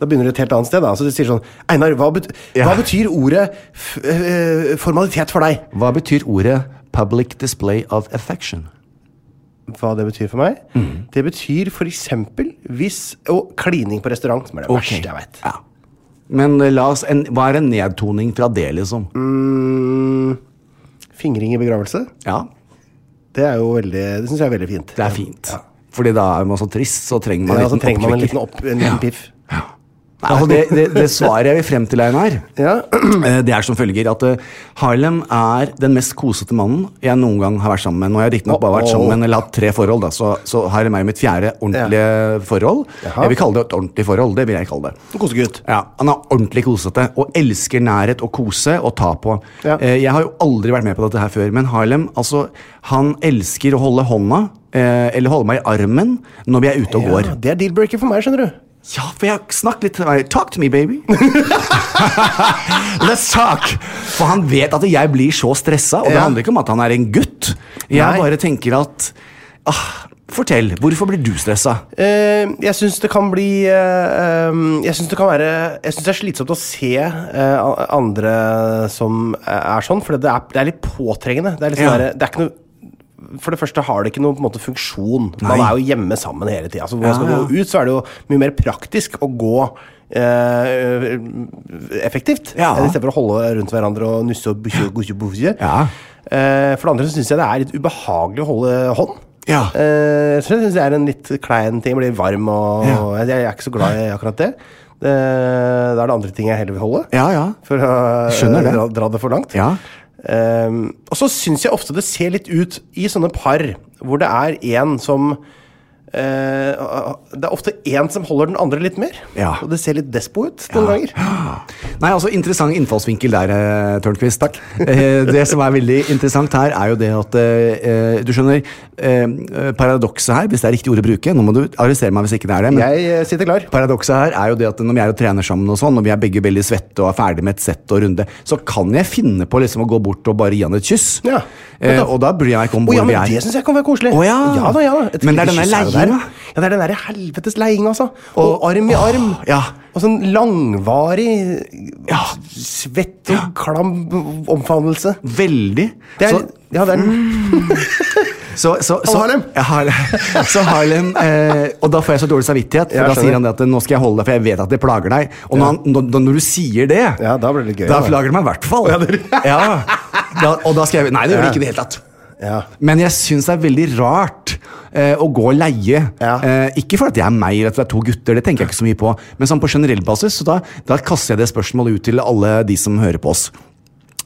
[SPEAKER 4] Da begynner du et helt annet sted. da Så de sier sånn Einar, hva, bet
[SPEAKER 5] Mhm. Ja.
[SPEAKER 4] hva betyr ordet f eh, formalitet for deg?
[SPEAKER 5] Hva betyr ordet 'public display of affection'?
[SPEAKER 4] Hva det betyr for meg?
[SPEAKER 5] Mm.
[SPEAKER 4] Det betyr f.eks. hvis Og klining på restaurant, som er det
[SPEAKER 5] Ok.
[SPEAKER 4] verste jeg veit.
[SPEAKER 5] Ja. Men eh, la oss, en, hva er en nedtoning fra det, liksom?
[SPEAKER 4] Mm, fingring i begravelse.
[SPEAKER 5] Ja,
[SPEAKER 4] Det er jo veldig Det syns jeg er veldig fint.
[SPEAKER 5] Det er fint. Fordi da er man så trist, så trenger man,
[SPEAKER 4] Ja, så
[SPEAKER 5] en liten
[SPEAKER 4] trenger man en liten, opp,
[SPEAKER 5] oppkvikker.
[SPEAKER 4] en liten piff.
[SPEAKER 5] Nei, altså det, det, det svaret jeg vil frem til, Einar,
[SPEAKER 4] Ja.
[SPEAKER 5] eh, det er som følger at eh, Harlem er den mest kosete mannen jeg noen gang har vært sammen med. Nå har jeg riktignok bare vært sammen med eller hatt tre forhold, da, så, så Harlem er jo mitt fjerde ordentlige forhold.
[SPEAKER 4] Jaha.
[SPEAKER 5] Jeg vil kalle det et ordentlig forhold. det vil jeg kalle det.
[SPEAKER 4] Kosegutt.
[SPEAKER 5] Ja, Han er ordentlig kosete og elsker nærhet og kose og ta på.
[SPEAKER 4] Ja.
[SPEAKER 5] Eh, jeg har jo aldri vært med på dette her før, men Harlem altså, han elsker å holde hånda, eh, eller holde meg i armen, når vi er ute og går.
[SPEAKER 4] Ja, det er deal-breaker for meg, skjønner du.
[SPEAKER 5] Ja, for jeg snakket litt til meg. Talk to me, baby. Let's talk! For han vet at jeg blir så stressa, og det
[SPEAKER 4] Ja.
[SPEAKER 5] handler ikke om at han er en gutt. Jeg
[SPEAKER 4] Nei.
[SPEAKER 5] bare tenker at ah, Fortell, hvorfor blir du stressa?
[SPEAKER 4] Eh, jeg syns det kan bli eh, eh, Jeg syns det kan være Jeg synes det er slitsomt å se eh, a- andre som er sånn, for det er, det er litt påtrengende. Det er litt sånn
[SPEAKER 5] Ja.
[SPEAKER 4] derre- det er ikke noe for det første har det ikke noen på en måte, funksjon. Man
[SPEAKER 5] Nei.
[SPEAKER 4] er jo hjemme sammen hele tida. Så når man
[SPEAKER 5] Ja,
[SPEAKER 4] skal
[SPEAKER 5] ja.
[SPEAKER 4] gå ut, så er det jo mye mer praktisk å gå eh, effektivt.
[SPEAKER 5] Ja.
[SPEAKER 4] I stedet for å holde rundt hverandre og nusse og bukje og bukje og bukje.
[SPEAKER 5] Ja.
[SPEAKER 4] Eh, for det andre så syns jeg det er litt ubehagelig å holde hånd.
[SPEAKER 5] Ja.
[SPEAKER 4] Eh, så jeg syns det er en litt klein ting. Blir varm og
[SPEAKER 5] Ja.
[SPEAKER 4] jeg, jeg er ikke så glad i akkurat det. Eh, da er det andre ting jeg heller vil holde.
[SPEAKER 5] Ja, ja.
[SPEAKER 4] For å eh,
[SPEAKER 5] Skjønner det.
[SPEAKER 4] Dra, dra det for langt.
[SPEAKER 5] Ja.
[SPEAKER 4] Ehm, og så syns jeg ofte det ser litt ut i sånne par hvor det er én som eh, Det er ofte én som holder den andre litt mer.
[SPEAKER 5] Ja.
[SPEAKER 4] Og det ser litt despo ut noen ganger.
[SPEAKER 5] Nei, altså Interessant innfallsvinkel der, eh, Tørnquist. Takk. Eh, Det som er veldig interessant her, er jo det at eh, eh, Du skjønner, eh, paradokset her, hvis det er riktig ord å bruke Nå må du arrestere meg hvis ikke det er det. men-
[SPEAKER 4] Jeg eh, sitter klar.
[SPEAKER 5] Paradokset her er jo det at når jeg trener sammen, og sånn, og vi er begge veldig svette og er ferdig med et sett og runde, så kan jeg finne på liksom å gå bort og bare gi han et kyss.
[SPEAKER 4] Ja.
[SPEAKER 5] Eh, og da bryr jeg meg ikke om
[SPEAKER 4] Å
[SPEAKER 5] hvor
[SPEAKER 4] ja, men det
[SPEAKER 5] vi er.
[SPEAKER 4] syns jeg kan være koselig.
[SPEAKER 5] Å ja.
[SPEAKER 4] da, ja da. Et
[SPEAKER 5] Men det er
[SPEAKER 4] lite
[SPEAKER 5] den der
[SPEAKER 4] kyss jo der.
[SPEAKER 5] leiinga.
[SPEAKER 4] Ja, det er den derre helvetes leiinga, altså. Og,
[SPEAKER 5] Og-
[SPEAKER 4] arm i
[SPEAKER 5] Åh,
[SPEAKER 4] arm.
[SPEAKER 5] ja.
[SPEAKER 4] Og sånn langvarig
[SPEAKER 5] Ja.
[SPEAKER 4] svett og klam omfavnelse.
[SPEAKER 5] Veldig.
[SPEAKER 4] Det er,
[SPEAKER 5] så, Mm.
[SPEAKER 4] ja, det er den.
[SPEAKER 5] så, så,
[SPEAKER 4] Og
[SPEAKER 5] så,
[SPEAKER 4] Harlem.
[SPEAKER 5] Ja, Harlem. Så Harlem eh, og da får jeg så dårlig samvittighet, for
[SPEAKER 4] Ja,
[SPEAKER 5] da
[SPEAKER 4] skjønner.
[SPEAKER 5] sier han det at nå skal jeg holde deg, for jeg vet at det plager deg. Og når, han, når, når du sier det,
[SPEAKER 4] Ja, da blir det litt gøy,
[SPEAKER 5] Da
[SPEAKER 4] da.
[SPEAKER 5] plager det meg i hvert fall. Ja, Da, og da skal jeg Nei, det gjør det ikke i det hele tatt.
[SPEAKER 4] Ja.
[SPEAKER 5] Men jeg syns det er veldig rart eh, å gå og leie.
[SPEAKER 4] Ja.
[SPEAKER 5] Eh, ikke fordi det er meg eller at det er to gutter, det tenker jeg ikke så mye på. Men sånn på generell basis, så da, da kaster jeg det spørsmålet ut til alle de som hører på oss.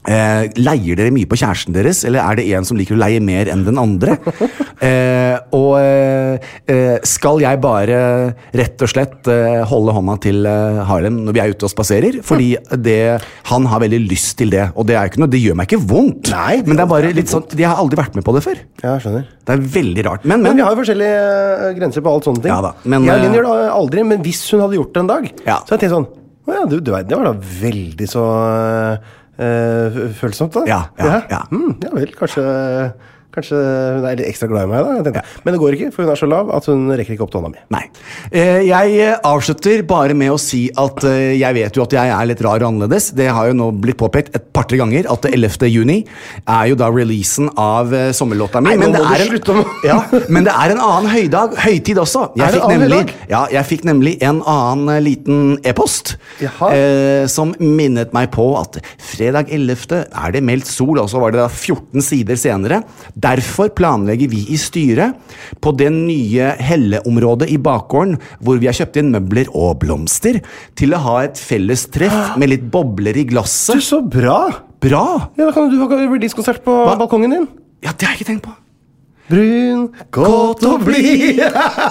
[SPEAKER 5] Eh, leier dere mye på kjæresten deres, eller er det en som liker å leie mer enn den andre? Eh, og eh, eh, skal jeg bare rett og slett eh, holde hånda til eh, Harlem når vi er ute og spaserer? Fordi det, han har veldig lyst til det, og det, er jo ikke noe, det gjør meg ikke vondt.
[SPEAKER 4] Nei, det
[SPEAKER 5] men det er
[SPEAKER 4] gjør
[SPEAKER 5] bare
[SPEAKER 4] meg
[SPEAKER 5] litt
[SPEAKER 4] ikke
[SPEAKER 5] sånn, de har aldri vært med på det før.
[SPEAKER 4] ja, skjønner.
[SPEAKER 5] Det er veldig rart. Men,
[SPEAKER 4] Men
[SPEAKER 5] men,
[SPEAKER 4] vi har jo forskjellige eh, grenser på alt sånne ting.
[SPEAKER 5] Ja da, men,
[SPEAKER 4] jeg og Linn
[SPEAKER 5] eh,
[SPEAKER 4] gjør det aldri, men hvis hun hadde gjort det en dag,
[SPEAKER 5] Ja.
[SPEAKER 4] så hadde jeg tenkt sånn Å ja, du, du verden, det var da veldig så eh, følsomt, da.
[SPEAKER 5] Ja, ja, ja.
[SPEAKER 4] Hmm, ja vel, kanskje Kanskje hun er litt ekstra glad i meg, da. Jeg tenkte. Men det går ikke, for hun er så lav at hun rekker ikke opp til hånda mi.
[SPEAKER 5] Nei. Eh, Jeg eh, avslutter bare med å si at eh, jeg vet jo at jeg er litt rar og annerledes. Det har jo nå blitt påpekt et par-tre ganger at det 11. juni er jo da releasen av eh, sommerlåta mi.
[SPEAKER 4] Nei, nå må du
[SPEAKER 5] en,
[SPEAKER 4] slutte med-
[SPEAKER 5] ja, men det er en annen høydag, høytid også.
[SPEAKER 4] Er det
[SPEAKER 5] Jeg fikk,
[SPEAKER 4] en annen
[SPEAKER 5] nemlig,
[SPEAKER 4] høydag?
[SPEAKER 5] ja, jeg fikk nemlig en annen eh, liten e-post
[SPEAKER 4] Jaha.
[SPEAKER 5] eh, som minnet meg på at fredag 11. er det meldt sol, og så var det da 14 sider senere. Derfor planlegger vi i styret på det nye helleområdet i bakgården, hvor vi har kjøpt inn møbler og blomster, til å ha et felles
[SPEAKER 4] Ah.
[SPEAKER 5] treff med litt bobler i
[SPEAKER 4] Du,
[SPEAKER 5] glasset.
[SPEAKER 4] så bra!
[SPEAKER 5] Bra!
[SPEAKER 4] Ja, da kan du ha releasekonsert på
[SPEAKER 5] Hva?
[SPEAKER 4] balkongen din.
[SPEAKER 5] Ja, det har jeg ikke tenkt på.
[SPEAKER 4] Brun, kåt og blid.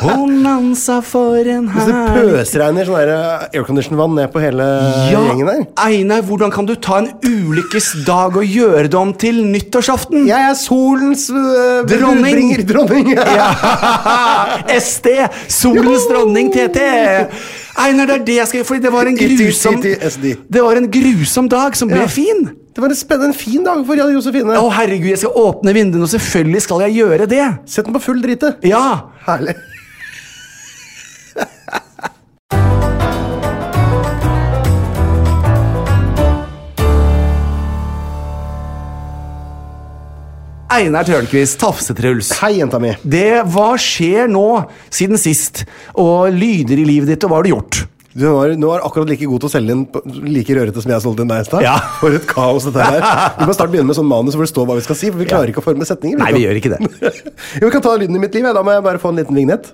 [SPEAKER 5] Bonanza for en
[SPEAKER 4] Hvis det
[SPEAKER 5] herlig
[SPEAKER 4] pøsregner sånn der aircondition-vann ned på hele gjengen der.
[SPEAKER 5] Einar, hvordan kan du ta en ulykkesdag og gjøre det om til nyttårsaften?
[SPEAKER 4] Jeg er solens øh,
[SPEAKER 5] Dronning.
[SPEAKER 4] budbringer. Dronning.
[SPEAKER 5] Ja. ST, solens dronning TT. Einar, det er det jeg skal gjøre, fordi det var en
[SPEAKER 4] It is
[SPEAKER 5] grusom
[SPEAKER 4] TT SD.
[SPEAKER 5] Det var en grusom dag som ble
[SPEAKER 4] Ja.
[SPEAKER 5] fin.
[SPEAKER 4] Det var en spennende, en fin dag for Josefine.
[SPEAKER 5] Å, herregud, jeg skal åpne vinduene, og selvfølgelig skal jeg gjøre det.
[SPEAKER 4] Sett den på full drite.
[SPEAKER 5] Ja.
[SPEAKER 4] Herlig.
[SPEAKER 5] Einar Tørnquist, Tafse-Truls.
[SPEAKER 4] Hei, jenta mi.
[SPEAKER 5] Det, hva skjer nå, siden sist? Og lyder i livet ditt, og hva har du gjort?
[SPEAKER 4] Du var, nå er akkurat like god til å selge inn på- like rørete som jeg solgte inn deg i stad.
[SPEAKER 5] Ja.
[SPEAKER 4] For et kaos dette her. Vi må snart begynne med sånn manus hvor det står hva vi skal si, for vi klarer ikke å forme setninger.
[SPEAKER 5] Nei, vi gjør ikke det.
[SPEAKER 4] Jo, vi kan ta lyden i mitt liv. jeg. Da må jeg bare få en liten vignett.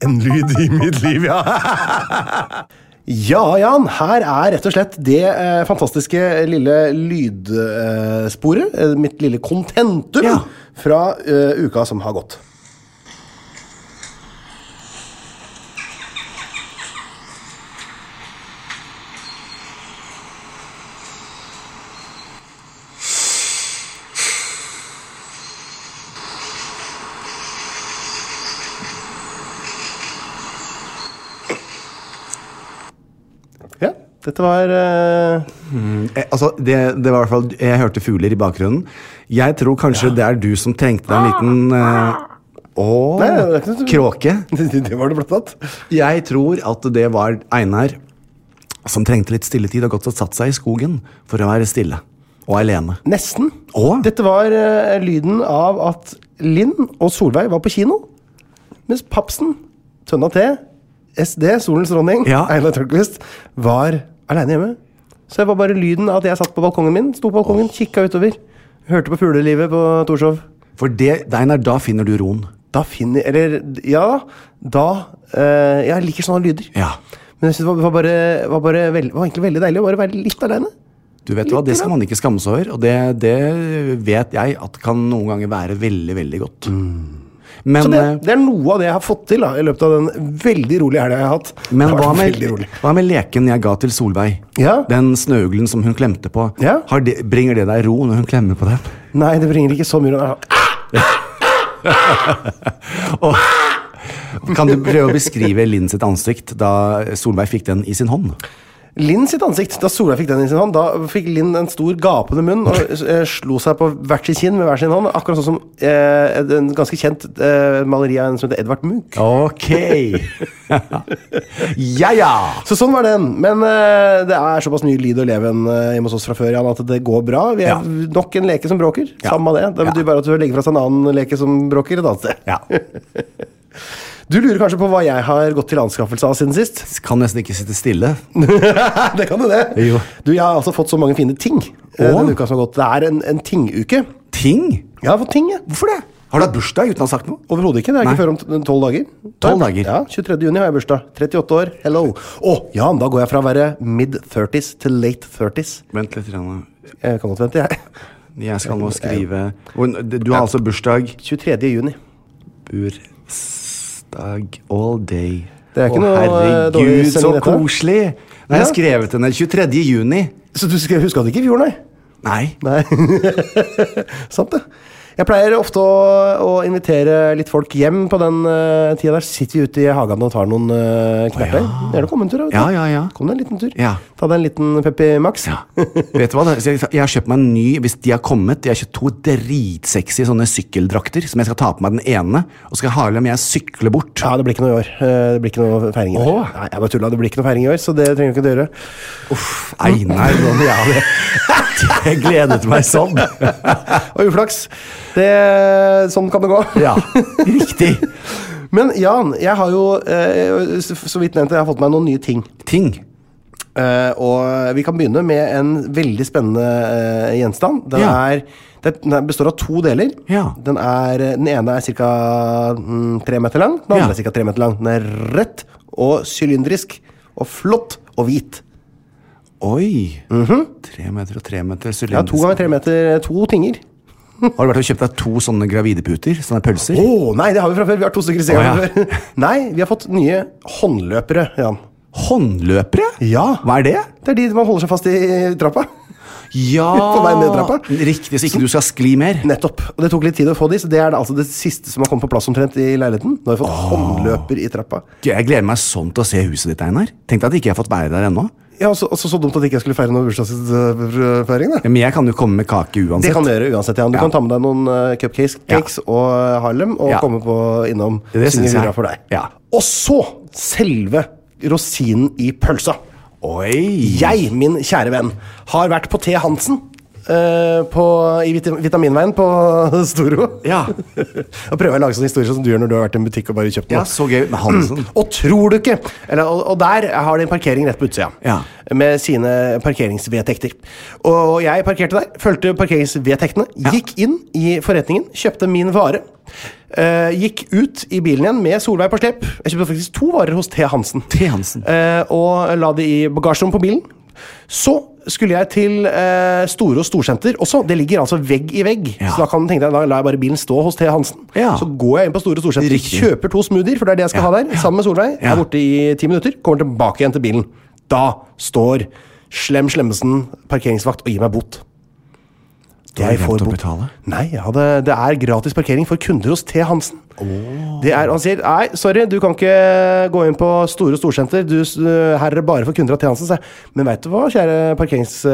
[SPEAKER 4] En lyd i mitt liv, ja. Ja, Jan. Her er rett og slett det eh, fantastiske lille lydsporet. Eh, sporet, eh, mitt lille kontentum
[SPEAKER 5] Ja.
[SPEAKER 4] fra eh, uka som har gått. Ja. Dette var eh,
[SPEAKER 5] Eh, Altså, det, det var i hvert fall Jeg hørte fugler i bakgrunnen. Jeg tror kanskje det er du som trengte en liten eh, å,
[SPEAKER 4] Nei, det er ikke noe-
[SPEAKER 5] kråke.
[SPEAKER 4] Det var det blant annet.
[SPEAKER 5] Jeg tror at det var Einar som trengte litt stilletid og gått og satt seg i skogen for å være stille og alene.
[SPEAKER 4] Nesten.
[SPEAKER 5] Å?
[SPEAKER 4] Dette var eh, lyden av at Linn og Solveig var på kino, mens Papsen, Tønna T, SD, Solens dronning,
[SPEAKER 5] Ja.
[SPEAKER 4] Einar Tørnquist, var aleine hjemme. Så det var bare lyden av at jeg satt på balkongen min, sto på balkongen, kikka utover. Hørte på fuglelivet på Torshov.
[SPEAKER 5] For det, Einar, da finner du roen.
[SPEAKER 4] Da finner Eller, ja Da eh, Jeg liker sånne lyder.
[SPEAKER 5] Ja.
[SPEAKER 4] Men jeg synes det var, var, bare, var, bare veld, var egentlig veldig deilig å bare være litt aleine.
[SPEAKER 5] Du vet hva, Det skal man ikke skamme seg over, og det, det vet jeg at kan noen ganger være veldig, veldig godt. Men,
[SPEAKER 4] Mm. Så det,
[SPEAKER 5] eh,
[SPEAKER 4] det er noe av det jeg har fått til da, i løpet av den veldig rolige helga jeg har hatt.
[SPEAKER 5] Men
[SPEAKER 4] Det har
[SPEAKER 5] hva
[SPEAKER 4] vært
[SPEAKER 5] med,
[SPEAKER 4] veldig rolig.
[SPEAKER 5] hva med leken jeg ga til Solveig?
[SPEAKER 4] Ja.
[SPEAKER 5] Den snøuglen som hun klemte på.
[SPEAKER 4] Ja.
[SPEAKER 5] Har det, bringer det deg ro når hun klemmer på den?
[SPEAKER 4] Nei, det bringer ikke så mye ro. Ah!
[SPEAKER 5] Kan du prøve å beskrive Linn sitt ansikt da Solveig fikk den i sin hånd?
[SPEAKER 4] Linn sitt ansikt, da Solveig fikk den i sin hånd, da fikk Linn en stor gapende munn og eh, slo seg på hvert sitt kinn med hver sin hånd, akkurat sånn som eh, en ganske kjent eh, maleri av en som heter Edvard Munch.
[SPEAKER 5] Ok! ja, ja!
[SPEAKER 4] Så sånn var den. Men eh, det er såpass mye lyd og leven eh, hjemme hos oss fra før Jan, at det går bra. Vi er
[SPEAKER 5] Ja.
[SPEAKER 4] nok en leke som bråker.
[SPEAKER 5] Ja.
[SPEAKER 4] Samme det. Det betyr
[SPEAKER 5] Ja.
[SPEAKER 4] bare at du legger fra seg en annen leke som bråker et annet sted.
[SPEAKER 5] ja.
[SPEAKER 4] Du lurer kanskje på hva jeg har gått til anskaffelse av siden sist?
[SPEAKER 5] Kan nesten ikke sitte stille.
[SPEAKER 4] det kan du det.
[SPEAKER 5] Jo.
[SPEAKER 4] Du, Jeg har altså fått så mange fine ting eh,
[SPEAKER 5] Åh.
[SPEAKER 4] denne uka som har gått. Det er en, en tinguke.
[SPEAKER 5] Ting?
[SPEAKER 4] Jeg har fått ting, jeg.
[SPEAKER 5] Hvorfor det? Har du hatt bursdag uten å ha sagt noe?
[SPEAKER 4] Overhodet ikke. Det er
[SPEAKER 5] Nei.
[SPEAKER 4] ikke før om t- tolv dager.
[SPEAKER 5] 12 dager.
[SPEAKER 4] Ja, 23. juni har jeg bursdag. 38 år. Hello. Å, Jan, da går jeg fra å være mid-30s til late 30s.
[SPEAKER 5] Vent litt. Rane.
[SPEAKER 4] Jeg kan godt vente, jeg.
[SPEAKER 5] Jeg skal nå skrive Du har altså bursdag
[SPEAKER 4] 23. juni.
[SPEAKER 5] Bursdag all day.
[SPEAKER 4] Det er ikke
[SPEAKER 5] Å,
[SPEAKER 4] noe, eh, dårlig
[SPEAKER 5] Herregud, så
[SPEAKER 4] sending, dette.
[SPEAKER 5] koselig! Nei, jeg har
[SPEAKER 4] Ja.
[SPEAKER 5] skrevet den den 23. juni.
[SPEAKER 4] Så du skal, huska det ikke i fjor, nei?
[SPEAKER 5] Nei.
[SPEAKER 4] Nei. Sant det. Jeg pleier ofte å, å invitere litt folk hjem på den eh, tida der. Sitter vi ute i hagen og tar noen uh, knepper.
[SPEAKER 5] ja.
[SPEAKER 4] Gjerne kom en tur. da, vet du.
[SPEAKER 5] Ja, ja, ja.
[SPEAKER 4] Kom deg en liten tur.
[SPEAKER 5] Ja.
[SPEAKER 4] Ta deg en liten Pepsi Max.
[SPEAKER 5] Ja. Vet du hva? da? Så Jeg jeg har kjøpt meg en ny hvis de har kommet. Jeg har kjøpt to dritsexy sånne sykkeldrakter som jeg skal ta på meg den ene. Og skal ha med om jeg sykler bort.
[SPEAKER 4] Ja, det blir ikke noe i år. Eh, Det blir ikke noe feiring i år.
[SPEAKER 5] Åh.
[SPEAKER 4] Nei, jeg bare tulla. Det blir ikke noe feiring i år, så det trenger du ikke å gjøre.
[SPEAKER 5] Einar, hvordan jeg hadde Jeg gledet meg sånn!
[SPEAKER 4] Og uflaks! Det, sånn kan det gå.
[SPEAKER 5] Ja, riktig.
[SPEAKER 4] Men Jan, jeg har jo, eh, så så vidt nevnt, jeg har fått meg noen nye ting.
[SPEAKER 5] Ting.
[SPEAKER 4] Eh, og vi kan begynne med en veldig spennende eh, gjenstand. Den,
[SPEAKER 5] Ja.
[SPEAKER 4] er, det, den er- består av to deler.
[SPEAKER 5] Ja.
[SPEAKER 4] Den, er, eh, den ene er ca. Mm, tre meter lang. Den
[SPEAKER 5] Ja.
[SPEAKER 4] andre er ca. tre meter lang. Den er rett og sylindrisk og flott og hvit.
[SPEAKER 5] Oi. Tre meter og tre meter
[SPEAKER 4] Mhm.
[SPEAKER 5] sylinder.
[SPEAKER 4] Ja, to ganger tre meter. eh, To tinger.
[SPEAKER 5] Har du vært og kjøpt deg to sånne gravideputer? Sånne pølser?
[SPEAKER 4] Å nei, det har vi fra før! Vi har to stykker i senga
[SPEAKER 5] Å, ja.
[SPEAKER 4] fra før. Nei, vi har fått nye håndløpere, Jan.
[SPEAKER 5] Håndløpere?
[SPEAKER 4] Ja.
[SPEAKER 5] Hva er det?
[SPEAKER 4] Det er de man holder seg fast i trappa.
[SPEAKER 5] Ja
[SPEAKER 4] På vei ned trappa.
[SPEAKER 5] Riktig, så ikke du skal skli mer.
[SPEAKER 4] Nettopp. Og det tok litt tid å få de, så det er det, altså det siste som har kommet på plass omtrent i leiligheten. Nå har vi fått håndløper i trappa.
[SPEAKER 5] Jeg gleder meg sånn til å se huset ditt, Einar. Tenk deg at ikke jeg har fått være der ennå.
[SPEAKER 4] Ja, også, også så dumt at ikke jeg skulle feire noen bursdagsfeiring,
[SPEAKER 5] Ja,
[SPEAKER 4] da.
[SPEAKER 5] Men jeg kan jo komme med kake uansett.
[SPEAKER 4] Det kan du gjøre uansett, Jan. Du
[SPEAKER 5] Ja.
[SPEAKER 4] kan ta med deg noen eh, cupcakes cakes og eh, Harlem og
[SPEAKER 5] Ja.
[SPEAKER 4] komme på innom.
[SPEAKER 5] Det
[SPEAKER 4] Synge
[SPEAKER 5] synes jeg.
[SPEAKER 4] hurra for deg.
[SPEAKER 5] Ja.
[SPEAKER 4] Og så selve rosinen i pølsa.
[SPEAKER 5] Oi!
[SPEAKER 4] Jeg, min kjære venn, har vært på T. Hansen. eh, på, I vit Vitaminveien på Storo.
[SPEAKER 5] Ja.
[SPEAKER 4] Da prøver jeg å lage sånne historier som du gjør når du har vært i en butikk og bare kjøpt noe.
[SPEAKER 5] Ja, så gøy med Hansen.
[SPEAKER 4] Og tror du ikke eller, og, og der har de en parkering rett på utsida.
[SPEAKER 5] Ja.
[SPEAKER 4] Med sine parkeringsvedtekter. Og jeg parkerte der, fulgte parkeringsvedtektene,
[SPEAKER 5] Ja.
[SPEAKER 4] gikk inn i forretningen, kjøpte min vare. eh, gikk ut i bilen igjen med Solveig på slep. Jeg kjøpte faktisk to varer hos T. Hansen.
[SPEAKER 5] T. Hansen.
[SPEAKER 4] Eh, og la de i bagasjerommet på bilen. Så skulle jeg til eh, Store og Storsenter også. Det ligger altså vegg i vegg.
[SPEAKER 5] Ja.
[SPEAKER 4] Så da kan tenke deg, da lar jeg bare bilen stå hos T. Hansen.
[SPEAKER 5] Ja.
[SPEAKER 4] Så går jeg inn på Store og Storsenter,
[SPEAKER 5] Riktig.
[SPEAKER 4] kjøper to smoothier, for det er det jeg skal
[SPEAKER 5] Ja.
[SPEAKER 4] ha der, sammen med Solveig.
[SPEAKER 5] Ja.
[SPEAKER 4] Er borte i ti minutter, kommer tilbake igjen til bilen. Da står Slem Slemmesen parkeringsvakt og gir meg bot.
[SPEAKER 5] Du har glemt å betale.
[SPEAKER 4] Nei, ja, det, det er gratis parkering for kunder hos T. Hansen. Det er, Han sier nei, sorry, du kan ikke gå inn på store storsenter. Du, s- eh, her er det bare for kunder av T-Hansen. sa jeg. Men veit du hva, kjære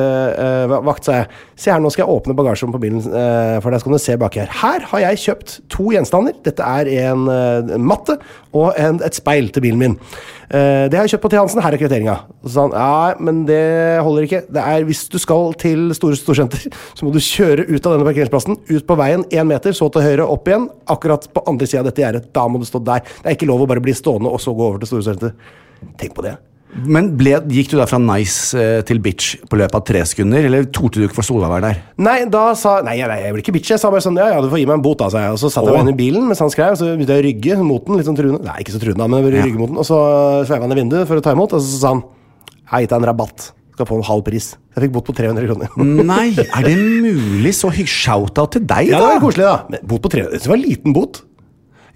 [SPEAKER 4] parkeringsvakt, sa jeg. Se her, nå skal jeg åpne bagasjerommet på bilen eh, for deg, så kan du se baki her. Her har jeg kjøpt to gjenstander. Dette er en eh, matte og en, et speil til bilen min. Eh, det har jeg kjøpt på T-Hansen, her er kvitteringa. Og så sa han nei, men det holder ikke. Det er hvis du skal til store storsenter, så må du kjøre ut av denne parkeringsplassen, ut på veien én meter, så til høyre, opp igjen. Akkurat på andre sida av dette gjerdet. Da må du stå der. Det er ikke lov å bare bli stående og så gå over til store storsenter. Tenk på det.
[SPEAKER 5] Men ble, gikk du da fra nice eh, til bitch på løpet av tre sekunder, eller torde du ikke for Solveig var der?
[SPEAKER 4] Nei, da sa Nei, nei, jeg blir ikke bitch. Jeg sa bare sånn Ja, ja, du får gi meg en bot, da, sa jeg. Og så satt jeg
[SPEAKER 5] Åh.
[SPEAKER 4] meg inn i bilen mens han skrev, så begynte jeg å rygge mot den, litt sånn truende. Nei, ikke så truende, da, men jeg rygge mot den. Og så sveiva han i vinduet for å ta imot, og så sa han Jeg har gitt deg en rabatt. Skal få en halv pris. Så jeg fikk bot på 300 kroner.
[SPEAKER 5] Nei, er det mulig? Så hy- shout-out til deg,
[SPEAKER 4] Ja, det var
[SPEAKER 5] da!
[SPEAKER 4] koselig, da. Men bot på 300 Det var en liten bot.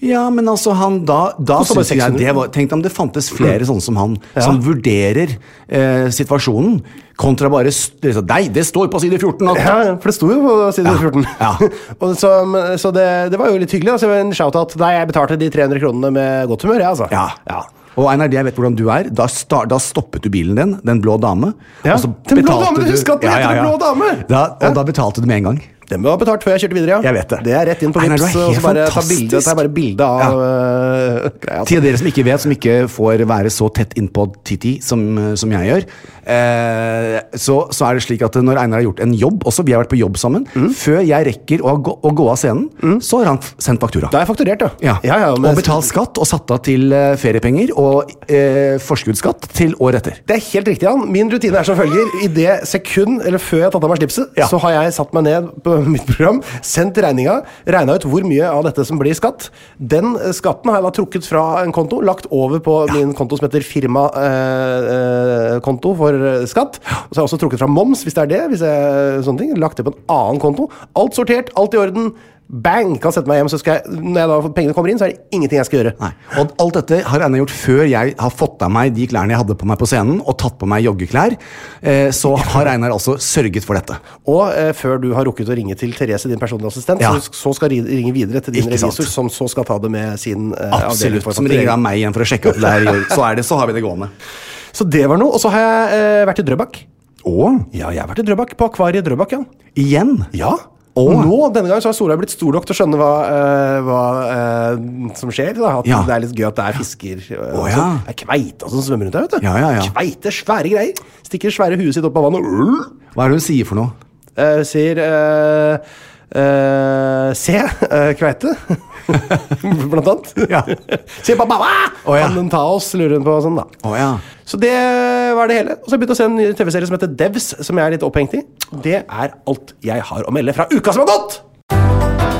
[SPEAKER 5] Ja, men altså, han da, da
[SPEAKER 4] Koster bare Mm.
[SPEAKER 5] synes jeg
[SPEAKER 4] 600.
[SPEAKER 5] det var Tenk deg om det fantes flere sånne som han, som vurderer eh, situasjonen, kontra bare st Nei, det står på side 14! at-
[SPEAKER 4] Ja, for det sto jo på side 14.
[SPEAKER 5] ja.
[SPEAKER 4] Og så men- så det, det var jo litt hyggelig. Altså, en shout-out. Nei, jeg betalte de 300 kronene med godt humør, jeg, altså.
[SPEAKER 5] Ja. Og Einar, jeg vet hvordan du er. Da, sta- da stoppet du bilen din, Den blå dame.
[SPEAKER 4] Ja,
[SPEAKER 5] og så
[SPEAKER 4] Den blå
[SPEAKER 5] betalte
[SPEAKER 4] dame,
[SPEAKER 5] du-
[SPEAKER 4] husk at den
[SPEAKER 5] Ja,
[SPEAKER 4] heter
[SPEAKER 5] ja,
[SPEAKER 4] Den
[SPEAKER 5] ja.
[SPEAKER 4] blå dame!
[SPEAKER 5] Da,
[SPEAKER 4] Ja.
[SPEAKER 5] og da betalte du med en gang.
[SPEAKER 4] Den var betalt før jeg kjørte videre, ja.
[SPEAKER 5] Jeg vet det.
[SPEAKER 4] er rett inn på
[SPEAKER 5] Einar, du er
[SPEAKER 4] Vipps, og
[SPEAKER 5] helt
[SPEAKER 4] så bare ta
[SPEAKER 5] fantastisk.
[SPEAKER 4] bilde, tar jeg bare bilde av øh, greia.
[SPEAKER 5] Til dere som ikke vet, som ikke får være så tett innpå Titi som, som jeg gjør, eh, så, så er det slik at når Einar har gjort en jobb, også vi har vært på jobb sammen,
[SPEAKER 4] Mm.
[SPEAKER 5] før jeg rekker å, gå, å gå av scenen, så har han f- sendt faktura.
[SPEAKER 4] Da er jeg fakturert, ja.
[SPEAKER 5] Ja.
[SPEAKER 4] Mm. ja, ja men-
[SPEAKER 5] og betalt skatt og satt av til eh, feriepenger og eh, forskuddsskatt til året etter.
[SPEAKER 4] Det er helt riktig, Jan. Min rutine er som følger. I det sekund, eller før jeg har tatt av meg slipset,
[SPEAKER 5] Ja.
[SPEAKER 4] så har jeg satt meg ned på mitt program, sendt regninga, regna ut hvor mye av dette som blir skatt. Den eh, skatten har jeg da trukket fra en konto, lagt over på min konto som heter firmakonto eh, konto for eh, skatt. Og så har jeg også trukket fra moms, hvis det er det. Hvis jeg, sånne ting. Lagt det på en annen konto. Alt sortert, alt i orden. Bang! Kan sette meg hjem, så skal jeg, når jeg da, pengene kommer inn, så er det ingenting jeg skal gjøre.
[SPEAKER 5] Nei. Og alt dette har Einar gjort før jeg har fått av meg de klærne jeg hadde på meg på scenen, og tatt på meg joggeklær. Eh, så har Einar altså sørget for dette.
[SPEAKER 4] Og eh, før du har rukket å ringe til Therese, din personlige assistent,
[SPEAKER 5] Ja.
[SPEAKER 4] så, så skal ri- ringe videre til din
[SPEAKER 5] Ikke sant.
[SPEAKER 4] revisor, som så skal ta det med sin eh, avdeling
[SPEAKER 5] Absolutt.
[SPEAKER 4] for
[SPEAKER 5] Som sånn. ringer av
[SPEAKER 4] fakturering.
[SPEAKER 5] meg igjen for å sjekke at det er i orden. Så er det, så har vi det gående.
[SPEAKER 4] Så det var noe. Og så har jeg eh, vært i Drøbak.
[SPEAKER 5] Og
[SPEAKER 4] Ja, jeg har vært i Drøbak, på Akvariet Drøbak, ja.
[SPEAKER 5] igjen
[SPEAKER 4] Ja. Og nå, denne gangen så har Solveig blitt stor nok til å skjønne hva, eh, hva eh, som skjer. Da. At
[SPEAKER 5] Ja.
[SPEAKER 4] det er litt gøy at det er fisker. eh, og
[SPEAKER 5] Å, ja.
[SPEAKER 4] sånn. Det er kveite og sånn som svømmer rundt her, vet du.
[SPEAKER 5] Ja, ja, ja.
[SPEAKER 4] Kveite, svære greier. Stikker svære huet sitt opp av vannet og
[SPEAKER 5] Hva er det hun sier for noe?
[SPEAKER 4] Eh, sier eh, eh, Se, eh, kveite. Blant annet.
[SPEAKER 5] Ja.
[SPEAKER 4] se pappa, hva?
[SPEAKER 5] Å, ja.
[SPEAKER 4] Kan den ta oss? lurer hun på. og Sånn, da.
[SPEAKER 5] Å ja.
[SPEAKER 4] Så det var det hele. Og så har jeg begynt å se en ny TV-serie som heter Devs, som jeg er litt opphengt i. Det er alt jeg har å melde fra uka som har gått!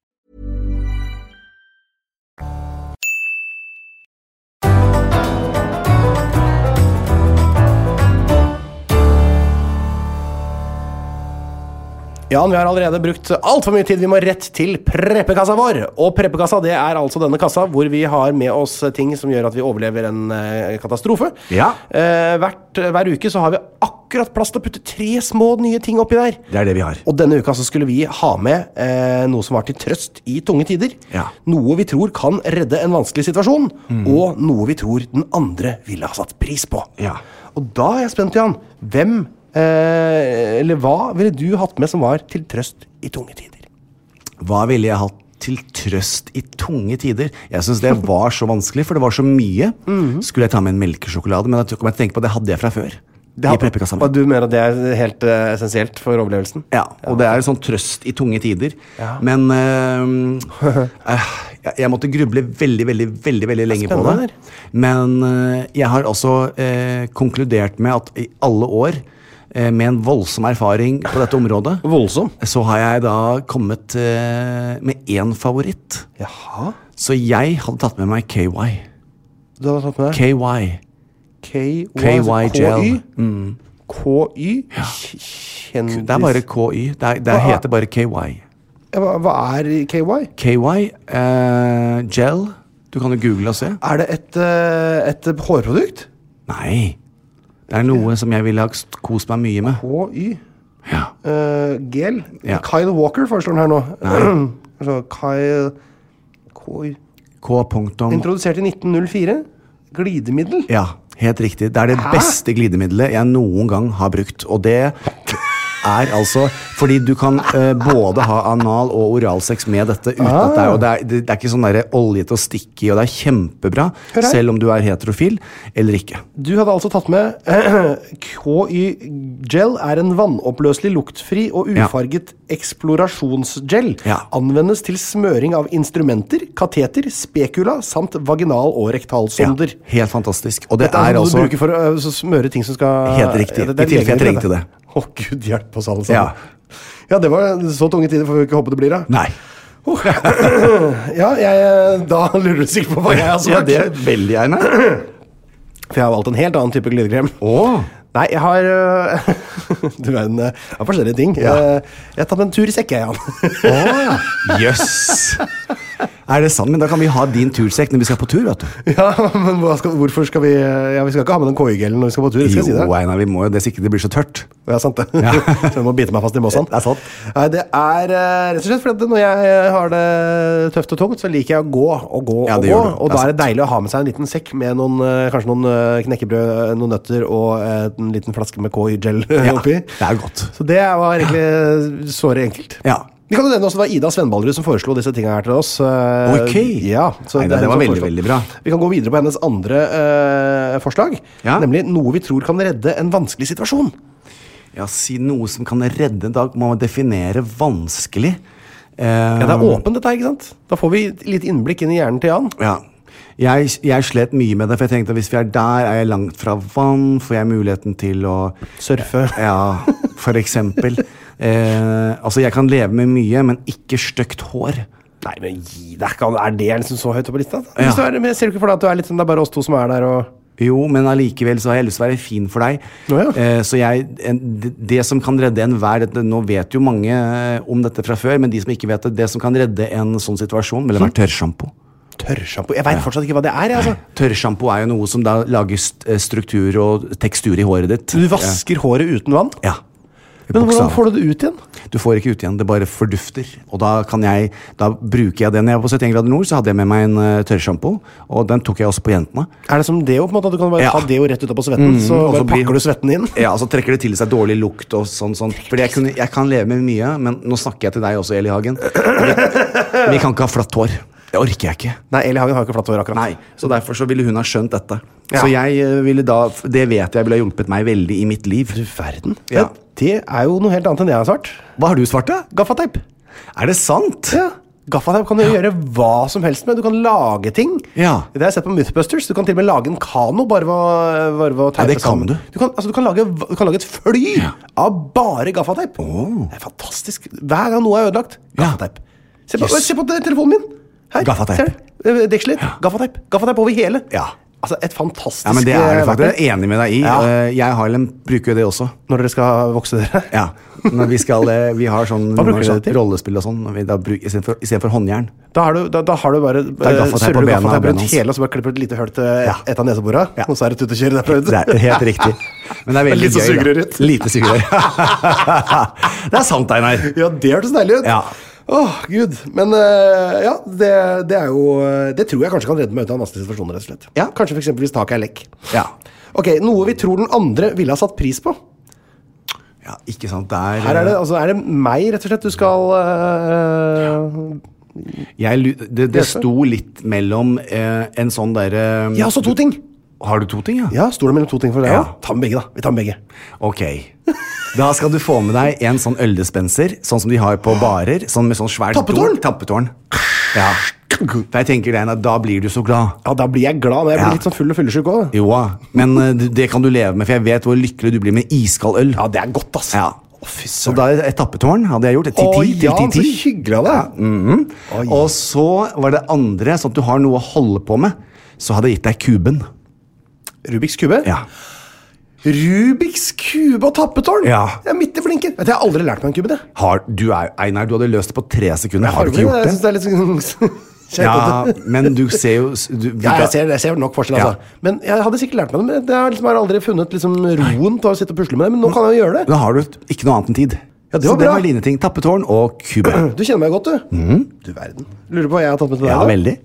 [SPEAKER 4] Jan, vi har allerede brukt altfor mye tid. Vi må rett til preppekassa vår. Og preppekassa det er altså denne kassa hvor vi har med oss ting som gjør at vi overlever en eh, katastrofe.
[SPEAKER 5] Ja.
[SPEAKER 4] Eh, hvert, hver uke så har vi akkurat plass til å putte tre små nye ting oppi der.
[SPEAKER 5] Det er det vi har.
[SPEAKER 4] Og denne uka så skulle vi ha med eh, noe som var til trøst i tunge tider.
[SPEAKER 5] Ja. Mm.
[SPEAKER 4] Noe vi tror kan redde en vanskelig situasjon, og noe vi tror den andre ville ha satt pris på.
[SPEAKER 5] Ja.
[SPEAKER 4] Og da er jeg spent, Jan. Hvem, eh, eller hva, ville du hatt med som var til trøst i tunge tider?
[SPEAKER 5] Hva ville jeg hatt til trøst i tunge tider? Jeg syns det var så vanskelig, for det var så mye.
[SPEAKER 4] Mhm.
[SPEAKER 5] Skulle jeg ta med en melkesjokolade? Men jeg kom jeg til å tenke på at det hadde jeg fra før. I preppekassa mi.
[SPEAKER 4] Og du mener at det er helt eh, essensielt for overlevelsen?
[SPEAKER 5] Ja, og det er en sånn trøst i tunge tider.
[SPEAKER 4] Ja.
[SPEAKER 5] Men eh, eh, jeg, jeg måtte gruble veldig, veldig veldig, veldig lenge på
[SPEAKER 4] Spennende,
[SPEAKER 5] det. Men eh, jeg har altså eh, konkludert med at i alle år, eh, med en voldsom erfaring på dette området,
[SPEAKER 4] Voldsom.
[SPEAKER 5] så har jeg da kommet eh, med én favoritt.
[SPEAKER 4] Jaha.
[SPEAKER 5] Så jeg hadde tatt med meg KY.
[SPEAKER 4] Du hadde tatt med
[SPEAKER 5] KY.
[SPEAKER 4] KY
[SPEAKER 5] KY gel.
[SPEAKER 4] KY? Kjendis...
[SPEAKER 5] Mm. Det er bare KY. Det, er,
[SPEAKER 4] Mm. Hva
[SPEAKER 5] det
[SPEAKER 4] er-
[SPEAKER 5] heter bare KY.
[SPEAKER 4] Ja, Hva, hva er KY?
[SPEAKER 5] KY eh, gel. Du kan jo google og se.
[SPEAKER 4] Er det et, eh, et hårprodukt?
[SPEAKER 5] Nei. Det er noe som jeg ville ha s- kost meg mye med.
[SPEAKER 4] HY.
[SPEAKER 5] Ja.
[SPEAKER 4] Uh, gel.
[SPEAKER 5] Ja.
[SPEAKER 4] Kyle Walker foreslår den her nå. Altså, Kyle KY.
[SPEAKER 5] K. punktum.
[SPEAKER 4] Introdusert i 1904. Glidemiddel.
[SPEAKER 5] Ja, helt riktig. Det er det beste glidemiddelet jeg noen gang har brukt. Og det er altså Fordi du kan eh, både ha anal- og oralsex med dette. uten at Det er, og det er, det er ikke sånn der olje til å stikke i, og det er kjempebra.
[SPEAKER 4] Hør her.
[SPEAKER 5] Selv om du er heterofil eller ikke.
[SPEAKER 4] Du hadde altså tatt med KY-gel er en vannoppløselig, luktfri og
[SPEAKER 5] Ja.
[SPEAKER 4] ufarget eksplorasjonsgel.
[SPEAKER 5] Ja.
[SPEAKER 4] Anvendes til smøring av instrumenter, kateter, spekula samt vaginal- og rektalsonder.
[SPEAKER 5] Ja, helt fantastisk. Og det
[SPEAKER 4] Dette er,
[SPEAKER 5] er
[SPEAKER 4] noe
[SPEAKER 5] altså
[SPEAKER 4] du bruker for å ø, så smøre ting som skal
[SPEAKER 5] Helt riktig,
[SPEAKER 4] det- det er
[SPEAKER 5] i tilfelle jeg
[SPEAKER 4] legemidler,
[SPEAKER 5] trengte det.
[SPEAKER 4] Å, gud hjelpe oss alle
[SPEAKER 5] Ja.
[SPEAKER 4] sammen. Ja, det var så tunge tider, får vi ikke håpe det blir, da.
[SPEAKER 5] Nei.
[SPEAKER 4] Oh. ja, jeg, øh, da lurer du sikkert på hva jeg har
[SPEAKER 5] ja,
[SPEAKER 4] svart.
[SPEAKER 5] det veldig gjerne.
[SPEAKER 4] For jeg har valgt en helt annen type glidekrem.
[SPEAKER 5] Åh.
[SPEAKER 4] Nei, jeg har ø, Du verden, øh, jeg har forskjellige ting. Eh, Jeg har tatt meg en tur i sekk, jeg, Jan.
[SPEAKER 5] Jøss. Er det sant? Men da kan vi ha din tursekk når vi skal på tur. vet du.
[SPEAKER 4] ja, men hva skal, hvorfor skal vi øh, Ja, Vi skal ikke ha med den KY-gelen når vi skal på tur. skal jeg si
[SPEAKER 5] Jo,
[SPEAKER 4] det.
[SPEAKER 5] Einar, vi må jo det, så ikke det blir så tørt.
[SPEAKER 4] Ja, sant det. Så jeg må bite meg fast i måsen.
[SPEAKER 5] Det er sant.
[SPEAKER 4] Nei, det er eh, rett og slett fordi at når jeg har det tøft og tungt, så liker jeg å gå og gå
[SPEAKER 5] Ja,
[SPEAKER 4] og
[SPEAKER 5] det
[SPEAKER 4] gå.
[SPEAKER 5] gjør du.
[SPEAKER 4] Og
[SPEAKER 5] Det er
[SPEAKER 4] da er det deilig å ha med seg en liten sekk med noen, eh, kanskje noen eh, knekkebrød, noen nøtter og eh, en liten flaske med KY-gel
[SPEAKER 5] Ja,
[SPEAKER 4] eh, oppi.
[SPEAKER 5] det er godt.
[SPEAKER 4] Så det var egentlig eh, såre enkelt.
[SPEAKER 5] Ja.
[SPEAKER 4] Vi kan jo nevne også, Det var Ida Svenballerud som foreslo disse tinga her til oss. eh,
[SPEAKER 5] Ok.
[SPEAKER 4] Ja,
[SPEAKER 5] Nei,
[SPEAKER 4] er
[SPEAKER 5] det
[SPEAKER 4] hun
[SPEAKER 5] var
[SPEAKER 4] som
[SPEAKER 5] veldig,
[SPEAKER 4] foreslo.
[SPEAKER 5] veldig bra.
[SPEAKER 4] Vi kan gå videre på hennes andre eh, forslag.
[SPEAKER 5] Ja.
[SPEAKER 4] Nemlig noe vi tror kan redde en vanskelig situasjon.
[SPEAKER 5] Ja, si noe som kan redde en dag. Man må definere vanskelig. Ehm,
[SPEAKER 4] Ja, det er åpent, dette her, ikke sant? Da får vi litt innblikk inn i hjernen til Jan.
[SPEAKER 5] Ja. Jeg, jeg slet mye med det, for jeg tenkte at hvis vi er der, er jeg langt fra vann, får jeg muligheten til å
[SPEAKER 4] Surfe.
[SPEAKER 5] Ja, for eksempel. Eh, altså, jeg kan leve med mye, men ikke stygt hår.
[SPEAKER 4] Nei, men gi deg ikke, er det liksom så høyt oppe på lista?
[SPEAKER 5] Ja.
[SPEAKER 4] Hvis du er, men ser du ikke for deg at du er litt sånn, det er bare oss to som er der og
[SPEAKER 5] Jo, men allikevel så har jeg lyst til å være fin for deg.
[SPEAKER 4] Å ja.
[SPEAKER 5] Eh, så jeg, en, det, det som kan redde enhver dette- Nå vet jo mange eh, om dette fra før, men de som ikke vet det, det som kan redde en sånn situasjon, ville vært tørrsjampo.
[SPEAKER 4] Hm. Tørrsjampo Jeg veit fortsatt ikke hva det er, jeg, altså.
[SPEAKER 5] Tørrsjampo er jo noe som da lager st eh, struktur og tekstur i håret ditt.
[SPEAKER 4] Du vasker håret uten vann?
[SPEAKER 5] Ja.
[SPEAKER 4] Men hvordan får du det ut igjen?
[SPEAKER 5] Du får ikke ut igjen, det bare fordufter. Og da kan jeg, da bruker jeg det når jeg var på 71 grader nord, så hadde jeg med meg en uh, tørrsjampo, og den tok jeg også på jentene.
[SPEAKER 4] Er det som deo? på en måte, at Du kan bare
[SPEAKER 5] Ja.
[SPEAKER 4] ta deo rett ut av på svetten, Mm, så
[SPEAKER 5] og
[SPEAKER 4] bare
[SPEAKER 5] så blir-
[SPEAKER 4] pakker du svetten inn?
[SPEAKER 5] Ja, så trekker det til seg dårlig lukt og sånn, sånn. Fordi jeg, kunne, jeg kan leve med mye, men nå snakker jeg til deg også, Eli Hagen. Vi, vi kan ikke ha flatt hår. Det orker jeg ikke.
[SPEAKER 4] Nei, Eli Hagen har jo ikke flatt hår, akkurat.
[SPEAKER 5] Nei, så derfor så ville hun ha skjønt dette.
[SPEAKER 4] Ja.
[SPEAKER 5] Så jeg eh, ville da, det vet jeg ville ha hjulpet meg veldig i mitt liv.
[SPEAKER 4] Du verden.
[SPEAKER 5] Ja.
[SPEAKER 4] Men Det er jo noe helt annet enn jeg har svart.
[SPEAKER 5] Hva har du svart da?
[SPEAKER 4] Gaffateip.
[SPEAKER 5] Er det sant?
[SPEAKER 4] Ja. Gaffateip kan du gjøre hva som helst med. Du kan lage ting.
[SPEAKER 5] Ja.
[SPEAKER 4] Det har jeg sett på Mythbusters. Du kan til og med lage en kano bare ved å- bare ved å
[SPEAKER 5] Ja,
[SPEAKER 4] teipe
[SPEAKER 5] det kan
[SPEAKER 4] sammen.
[SPEAKER 5] du.
[SPEAKER 4] kan, altså, du, kan lage, du kan lage et fly av bare gaffateip. Det er fantastisk. Hver gang noe er ødelagt,
[SPEAKER 5] Ja.
[SPEAKER 4] gaffateip. Se, på-
[SPEAKER 5] Yes.
[SPEAKER 4] se på te- telefonen min! Her,
[SPEAKER 5] Gaffateip.
[SPEAKER 4] ser du? Eh, Dekselet. eh, Gaffateip. Gaffateip over hele.
[SPEAKER 5] Ja.
[SPEAKER 4] Altså, et fantastisk
[SPEAKER 5] Ja, men Det er det
[SPEAKER 4] eh,
[SPEAKER 5] faktisk
[SPEAKER 4] verktøy.
[SPEAKER 5] jeg er enig med deg i.
[SPEAKER 4] Ja.
[SPEAKER 5] Eh, Jeg og Harlem bruker jo det også.
[SPEAKER 4] Når dere skal vokse dere.
[SPEAKER 5] Ja, når Vi skal, eh, vi har sånn
[SPEAKER 4] Hva bruker
[SPEAKER 5] noen
[SPEAKER 4] dere
[SPEAKER 5] ganger
[SPEAKER 4] det til?
[SPEAKER 5] sånn rollespill og sånn. når vi da bruk- Istedenfor istedenfor håndjern.
[SPEAKER 4] Da har du, da, da har du bare eh,
[SPEAKER 5] er gaffateip på
[SPEAKER 4] surrer du
[SPEAKER 5] bena og
[SPEAKER 4] gaffateip
[SPEAKER 5] bena
[SPEAKER 4] rundt
[SPEAKER 5] hans.
[SPEAKER 4] hele, og så bare klipper du et lite hull til
[SPEAKER 5] Ja.
[SPEAKER 4] et av neseborene,
[SPEAKER 5] Ja.
[SPEAKER 4] og så er det tut og kjør derfra ut.
[SPEAKER 5] Det er helt riktig. Men det er veldig
[SPEAKER 4] Litt så
[SPEAKER 5] gøy. da.
[SPEAKER 4] sugerør ut.
[SPEAKER 5] Lite sugerør. det er sant, Einar.
[SPEAKER 4] Ja, det hørtes deilig ut.
[SPEAKER 5] Ja.
[SPEAKER 4] Åh, gud. Men eh, ja, det, det er jo eh, Det tror jeg kanskje kan redde meg ut av en vanskelig situasjon, rett og slett.
[SPEAKER 5] Ja.
[SPEAKER 4] Kanskje for eksempel hvis taket er lekk.
[SPEAKER 5] Ja.
[SPEAKER 4] Ok, noe vi tror den andre ville ha satt pris på.
[SPEAKER 5] ja, ikke sant. Det er, eh,
[SPEAKER 4] Her er det, altså, er det meg, rett og slett, du skal eh,
[SPEAKER 5] jeg, lu- det, det sto litt mellom eh, en sånn derre
[SPEAKER 4] Ja, så to ting!
[SPEAKER 5] Har du to ting, ja?
[SPEAKER 4] Ja, Står det mellom to ting for deg?
[SPEAKER 5] Ja.
[SPEAKER 4] Ja. Ta med begge, da. Vi tar med begge.
[SPEAKER 5] Ok. Da skal du få med deg en sånn øldispenser, sånn som de har på barer. Sånn med sånn svært
[SPEAKER 4] Tappetårn?
[SPEAKER 5] dunk- Tappetårn. Ja. For jeg tenker det, Einar, da blir du så glad.
[SPEAKER 4] Ja, Da blir jeg glad, men jeg blir
[SPEAKER 5] Ja.
[SPEAKER 4] litt sånn full og fyllesyk òg.
[SPEAKER 5] Jo, ah. men eh, det- det kan du leve med, for jeg vet hvor lykkelig du blir med iskald øl.
[SPEAKER 4] Ja, det er godt, ass.
[SPEAKER 5] Ja.
[SPEAKER 4] Å, fy
[SPEAKER 5] Så
[SPEAKER 4] søren.
[SPEAKER 5] da et tappetårn hadde jeg gjort. Et
[SPEAKER 4] Å,
[SPEAKER 5] ti-ti
[SPEAKER 4] ja,
[SPEAKER 5] til
[SPEAKER 4] så
[SPEAKER 5] ti-ti.
[SPEAKER 4] hyggelig av deg. Oi.
[SPEAKER 5] Og så var det andre, sånn at du har noe å holde på med. Så hadde jeg gitt deg kuben.
[SPEAKER 4] Rubiks kube?
[SPEAKER 5] Ja.
[SPEAKER 4] Rubiks kube og tappetårn!
[SPEAKER 5] Ja.
[SPEAKER 4] Jeg er midt i flinken. Vet du, jeg har aldri lært meg en kube, det.
[SPEAKER 5] Har, du er, Einar, du hadde løst det på tre sekunder. Har du ikke
[SPEAKER 4] Fargen,
[SPEAKER 5] gjort
[SPEAKER 4] Jeg
[SPEAKER 5] det?
[SPEAKER 4] synes det er litt sånn kjekt
[SPEAKER 5] Ja,
[SPEAKER 4] at det-
[SPEAKER 5] men du ser jo s- du,
[SPEAKER 4] ja, jeg ser, jeg ser nok forskjell,
[SPEAKER 5] Ja.
[SPEAKER 4] altså. Men jeg hadde sikkert lært meg det, men jeg har liksom bare aldri funnet liksom, roen til å sitte og pusle med det. Men nå kan jeg jo gjøre det.
[SPEAKER 5] Da har du t- ikke noe annet enn tid.
[SPEAKER 4] Ja, det
[SPEAKER 5] så
[SPEAKER 4] var
[SPEAKER 5] det
[SPEAKER 4] bra.
[SPEAKER 5] var dine ting. Tappetårn og kube.
[SPEAKER 4] Du kjenner meg godt, du. Du verden. Lurer på hva jeg har tatt med til deg?
[SPEAKER 5] Mm. Ja,
[SPEAKER 4] da?
[SPEAKER 5] veldig.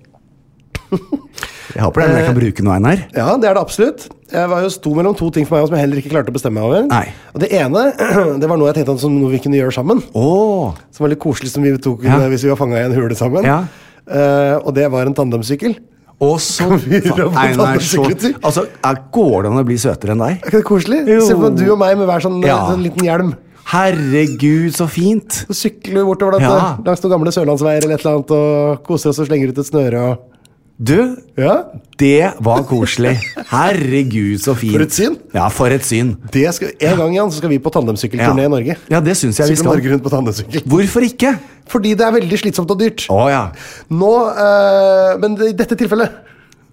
[SPEAKER 5] Jeg håper det er noe
[SPEAKER 4] Eh.
[SPEAKER 5] jeg kan bruke nå, Einar.
[SPEAKER 4] Ja, det er det absolutt. Jeg var jo sto mellom to ting for meg som jeg heller ikke klarte å bestemme meg over.
[SPEAKER 5] Nei.
[SPEAKER 4] Og det ene det var noe jeg tenkte at som noe vi kunne gjøre sammen.
[SPEAKER 5] Åh,
[SPEAKER 4] Som var litt koselig som vi tok eh,
[SPEAKER 5] Ja.
[SPEAKER 4] hvis vi var fanga i en hule sammen.
[SPEAKER 5] Ja.
[SPEAKER 4] Eh, og det var en tandemsykkel.
[SPEAKER 5] Og så
[SPEAKER 4] vi
[SPEAKER 5] Faen,
[SPEAKER 4] dra på
[SPEAKER 5] Einar, så
[SPEAKER 4] tannlegesekretær?
[SPEAKER 5] altså, er, Går det an å bli søtere enn deg?
[SPEAKER 4] Er ikke det koselig?
[SPEAKER 5] Jo.
[SPEAKER 4] Se på du og meg med hver sånn,
[SPEAKER 5] Ja.
[SPEAKER 4] sånn liten hjelm.
[SPEAKER 5] Herregud, så fint!
[SPEAKER 4] Så sykler vi bortover dette,
[SPEAKER 5] Ja.
[SPEAKER 4] langs noen gamle sørlandsveier eller et eller annet, og koser oss og slenger ut et snøre og
[SPEAKER 5] Du,
[SPEAKER 4] Ja.
[SPEAKER 5] det var koselig. Herregud, så fint.
[SPEAKER 4] For et syn.
[SPEAKER 5] Ja, for et syn.
[SPEAKER 4] Det skal, en gang igjen så skal vi på tandemsykkelturné
[SPEAKER 5] Ja.
[SPEAKER 4] i Norge.
[SPEAKER 5] Ja, det syns jeg vi
[SPEAKER 4] Sykle
[SPEAKER 5] skal.
[SPEAKER 4] Norge rundt på tandemsykkel.
[SPEAKER 5] Hvorfor ikke?
[SPEAKER 4] Fordi det er veldig slitsomt og dyrt.
[SPEAKER 5] Å ja.
[SPEAKER 4] Nå eh, Men i dette tilfellet